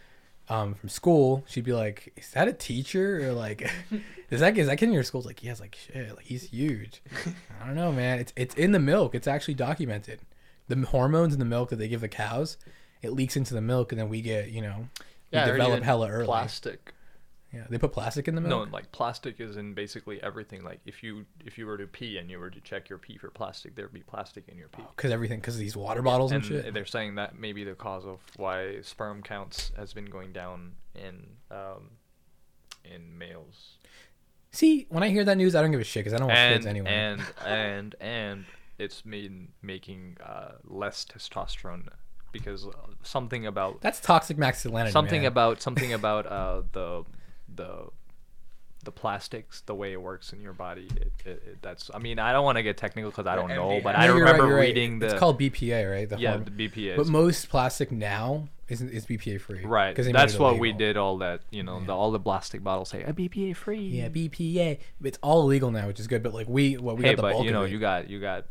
B: um, from school, she'd be like, "Is that a teacher?" Or like, "Is that is that kid in your school?" It's like, yeah, it's like shit, like he's huge. I don't know, man. It's it's in the milk. It's actually documented. The m- hormones in the milk that they give the cows, it leaks into the milk, and then we get, you know, we
A: or
B: develop
A: even
B: hella early.
A: Plastic.
B: Yeah, they put plastic in the
A: No,
B: milk.
A: like plastic is in basically everything. Like if you if you were to pee and you were to check your pee for plastic, there'd be plastic in your pee.
B: because everything, because these water bottles and,
A: and
B: Oh, shit.
A: they're saying that may be the cause of why sperm counts has been going down in um, in males.
B: See, when I hear that news, I don't give a shit because I don't want
A: and,
B: kids anyway.
A: And and and it's been making uh, less testosterone because uh, something about
B: That's toxic masculinity.
A: something
B: man.
A: about something about uh, the the the plastics, the way it works in your body. It, it, it, that's I mean I don't want to get technical because I
C: The
A: don't know,
C: MDMA.
A: but
B: No,
A: I
B: you're right,
A: remember
B: you're right.
A: reading the
B: It's called BPA, right? The
A: yeah
B: horm-
A: the BPA.
B: But most plastic now is is BPA free.
A: Right.
B: 'Cause they made
A: That's
B: it
A: what we
B: illegal.
A: did all that, you know, the, all the plastic bottles say a BPA free.
B: Yeah, BPA. It's all illegal now, which is good. But like we, well, we
A: hey,
B: got the
A: but
B: bulk
A: you know,
B: of it.
A: you got you got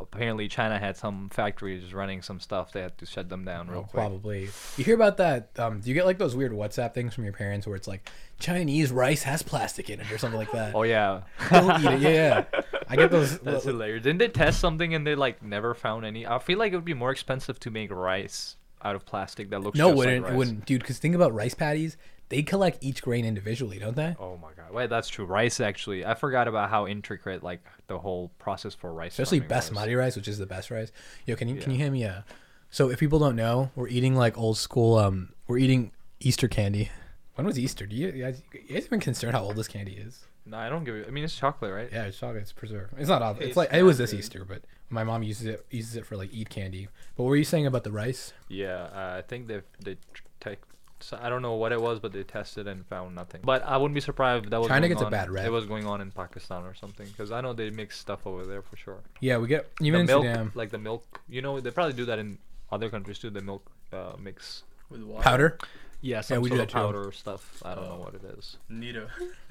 A: apparently China had some factories running some stuff. They had to shut them down real
B: Oh,
A: quick.
B: probably. You hear about that? Um, do you get like those weird WhatsApp things from your parents where it's like Chinese rice has plastic in it or something like that?
A: Oh yeah.
B: Don't eat it. Yeah, yeah. I get those.
A: That's hilarious. Didn't they test something and they like never found any? I feel like it would be more expensive to make rice out of plastic that looks
B: no, it
A: just
B: wouldn't
A: like
B: it
A: rice.
B: wouldn't, dude? Because think about rice patties. They collect each grain individually, don't they?
A: Oh my god. Wait, that's true. Rice actually. I forgot about how intricate like the whole process for rice
B: especially
A: farming was.
B: basmati rice, which is the best rice. Yo, can you can you hear me? Yeah. So if people don't know, we're eating like old school. Um, we're eating Easter candy. When was Easter? Do you you guys, you guys even concerned how old this candy is?
A: No, I don't give it. I mean, it's chocolate, right?
B: Yeah, it's chocolate. It's preserved. It's not. All, it's
C: It's
B: like it was this
C: not good.
B: Easter, but my mom uses it uses it for like eat candy. But what were you saying about the rice?
A: Yeah, uh, I think they they tr- tech. So I don't know what it was, but they tested and found nothing. But I wouldn't be surprised if that was
B: China
A: going
B: gets a
A: on-
B: bad rep.
A: It was going on in Pakistan or something, because I know they mix stuff over there for sure.
B: Yeah, we get even
A: the
B: in
A: milk,
B: Sudan
A: like the milk, you know, they probably do that in other countries too. The milk uh, mix.
C: With water.
B: powder.
A: Yeah, some
B: we do
A: sort
B: that
A: of
B: too.
A: powder stuff. I don't know what it is.
C: Neato.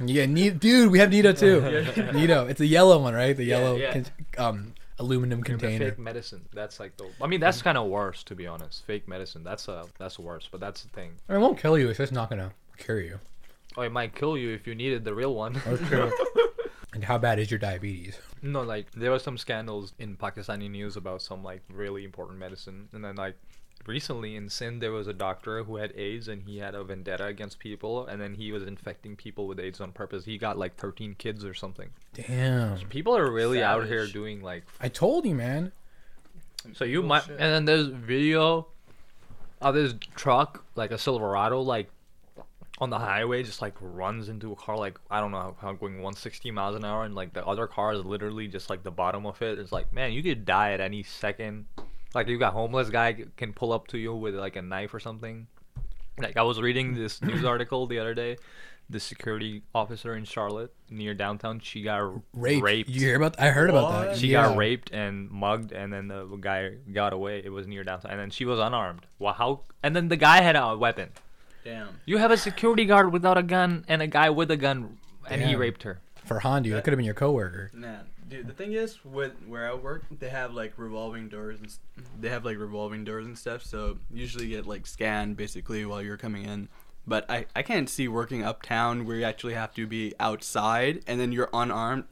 B: Yeah, ne- dude, we have Nito too.
C: Yeah.
B: Nito, it's a yellow one, right? The
C: Yeah,
B: yellow
C: yeah.
B: con- um aluminum
A: The
B: container.
A: fake medicine. That's like the. I mean, that's kind of worse to be honest. Fake medicine. That's uh that's worse. But that's the thing.
B: I mean, it won't kill you. It's just not gonna cure you.
A: Oh, it might kill you if you needed the real one.
B: and how bad is your diabetes?
A: No, like there were some scandals in Pakistani news about some like really important medicine, and then like recently in Sin there was a doctor who had AIDS and he had a vendetta against people and then he was infecting people with AIDS on purpose. He got like 13 kids or something.
B: Damn.
A: People are really out here
C: Savage.
A: doing like
B: I told you, man.
A: so you
C: Cool
A: might
C: shit.
A: and then there's video of this truck like a Silverado like on the highway just like runs into a car like I don't know how, how going 160 miles an hour and like the other car is literally just like the bottom of it. It's like man, you could die at any second. Like you got homeless guy c- can pull up to you with like a knife or something. Like I was reading this news article the other day. The security officer in Charlotte near downtown, she got r-
B: Rape.
A: raped.
B: You hear about? I heard about that.
C: What?
A: She
B: Yeah.
A: got raped and mugged, and then the guy got away. It was near downtown, and then she was unarmed. Wow, how? And then the guy had a weapon.
C: Damn.
A: You have a security guard without a gun, and a guy with a gun, and he
B: Damn.
A: raped her.
B: Farhan, dude. That could have been your coworker.
C: Man, dude, the thing is, with where I work, they have like revolving doors and st- they have like revolving doors and stuff. So you usually get like scanned basically while you're coming in. But I I can't see working uptown where you actually have to be outside and then you're unarmed.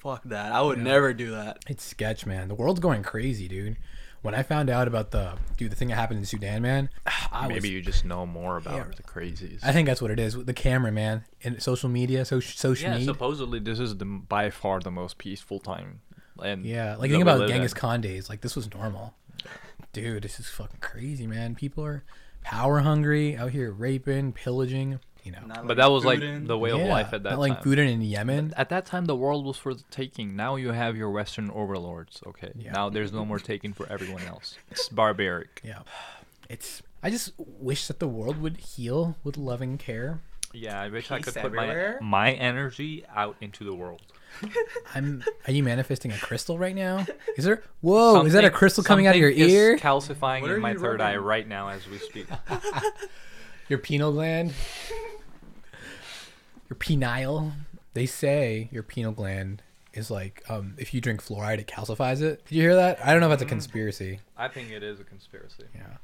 C: Fuck that. I would never do that.
B: It's sketch, man. The world's going crazy, dude. When I found out about the dude, the thing that happened in Sudan, man, I was
A: you just know more about
B: Yeah.
A: the crazies.
B: I think that's what it is. with The camera, man, and social media, so, social
A: yeah,
B: media.
A: supposedly this is the by far the most peaceful time. And
B: yeah,
A: that
B: like think
A: we
B: about
A: live
B: Genghis
A: in.
B: Khan days. Like this was normal. Dude, this is fucking crazy, man. People are power hungry out here, raping, pillaging. You know,
C: Not,
A: But that was like
C: food
A: the way of
B: Yeah,
A: life at that
B: not
A: time.
B: like Putin in Yemen.
A: At that time, the world was for the taking. Now you have your Western overlords. Okay.
B: Yeah.
A: Now there's no more taking for everyone else. It's barbaric.
B: Yeah, it's. I just wish that the world would heal with loving care.
A: Yeah, I wish I could
C: Peace
A: put my,
C: everywhere.
A: my energy out into the world.
B: I'm. Are you manifesting a crystal right now? Is there? Whoa! Oh, is that a
A: Something-
B: crystal coming out of your
A: something is
B: ear?
A: Calcifying
C: What are
A: in my
C: you
A: third eye
C: rubbing?
A: right now as we speak.
B: your penile gland, your penile. They say your penile gland is like um, if you drink fluoride, it calcifies it. Did you hear that? I don't know if that's a
A: Mm-hmm.
B: conspiracy.
A: I think it is a conspiracy.
B: Yeah,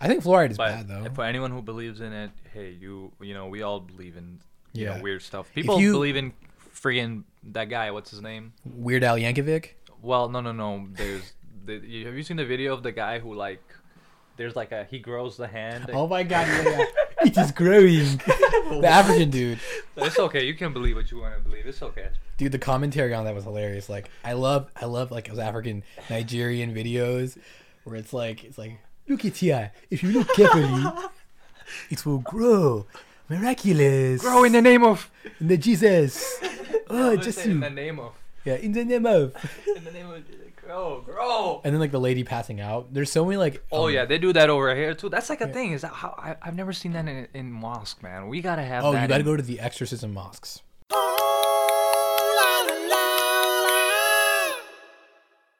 B: I think fluoride is
A: But
B: bad though.
A: for anyone who believes in it, hey, you you know we all believe in you
B: Yeah.
A: know weird stuff. People
B: you-
A: believe in friggin' that guy. What's his name?
B: Weird Al Yankovic.
A: Well, no, no, no. There's the, you, have you seen the video of the guy who like there's like a he grows the hand.
B: Oh my god, yeah. it is growing. the African dude.
A: It's okay. You can believe what you want to believe. It's okay.
B: Dude, the commentary on that was hilarious. Like, I love, I love like those African Nigerian videos where it's like, it's like, look at here. If you look carefully, it will grow. Miraculous.
A: Bro, in the name of
B: In the Jesus. Oh,
A: Let's
B: just
A: say in
B: you.
A: the name of
B: Yeah, in the name of.
A: in the name of grow, grow.
B: And then like the lady passing out. There's so many like.
A: Oh
B: um,
A: yeah, they do that over here too. That's like a thing. Is that how I, I've never seen that in, in mosque, man. We gotta have.
B: Oh,
A: that
B: you gotta
A: in-
B: go to the exorcism mosques.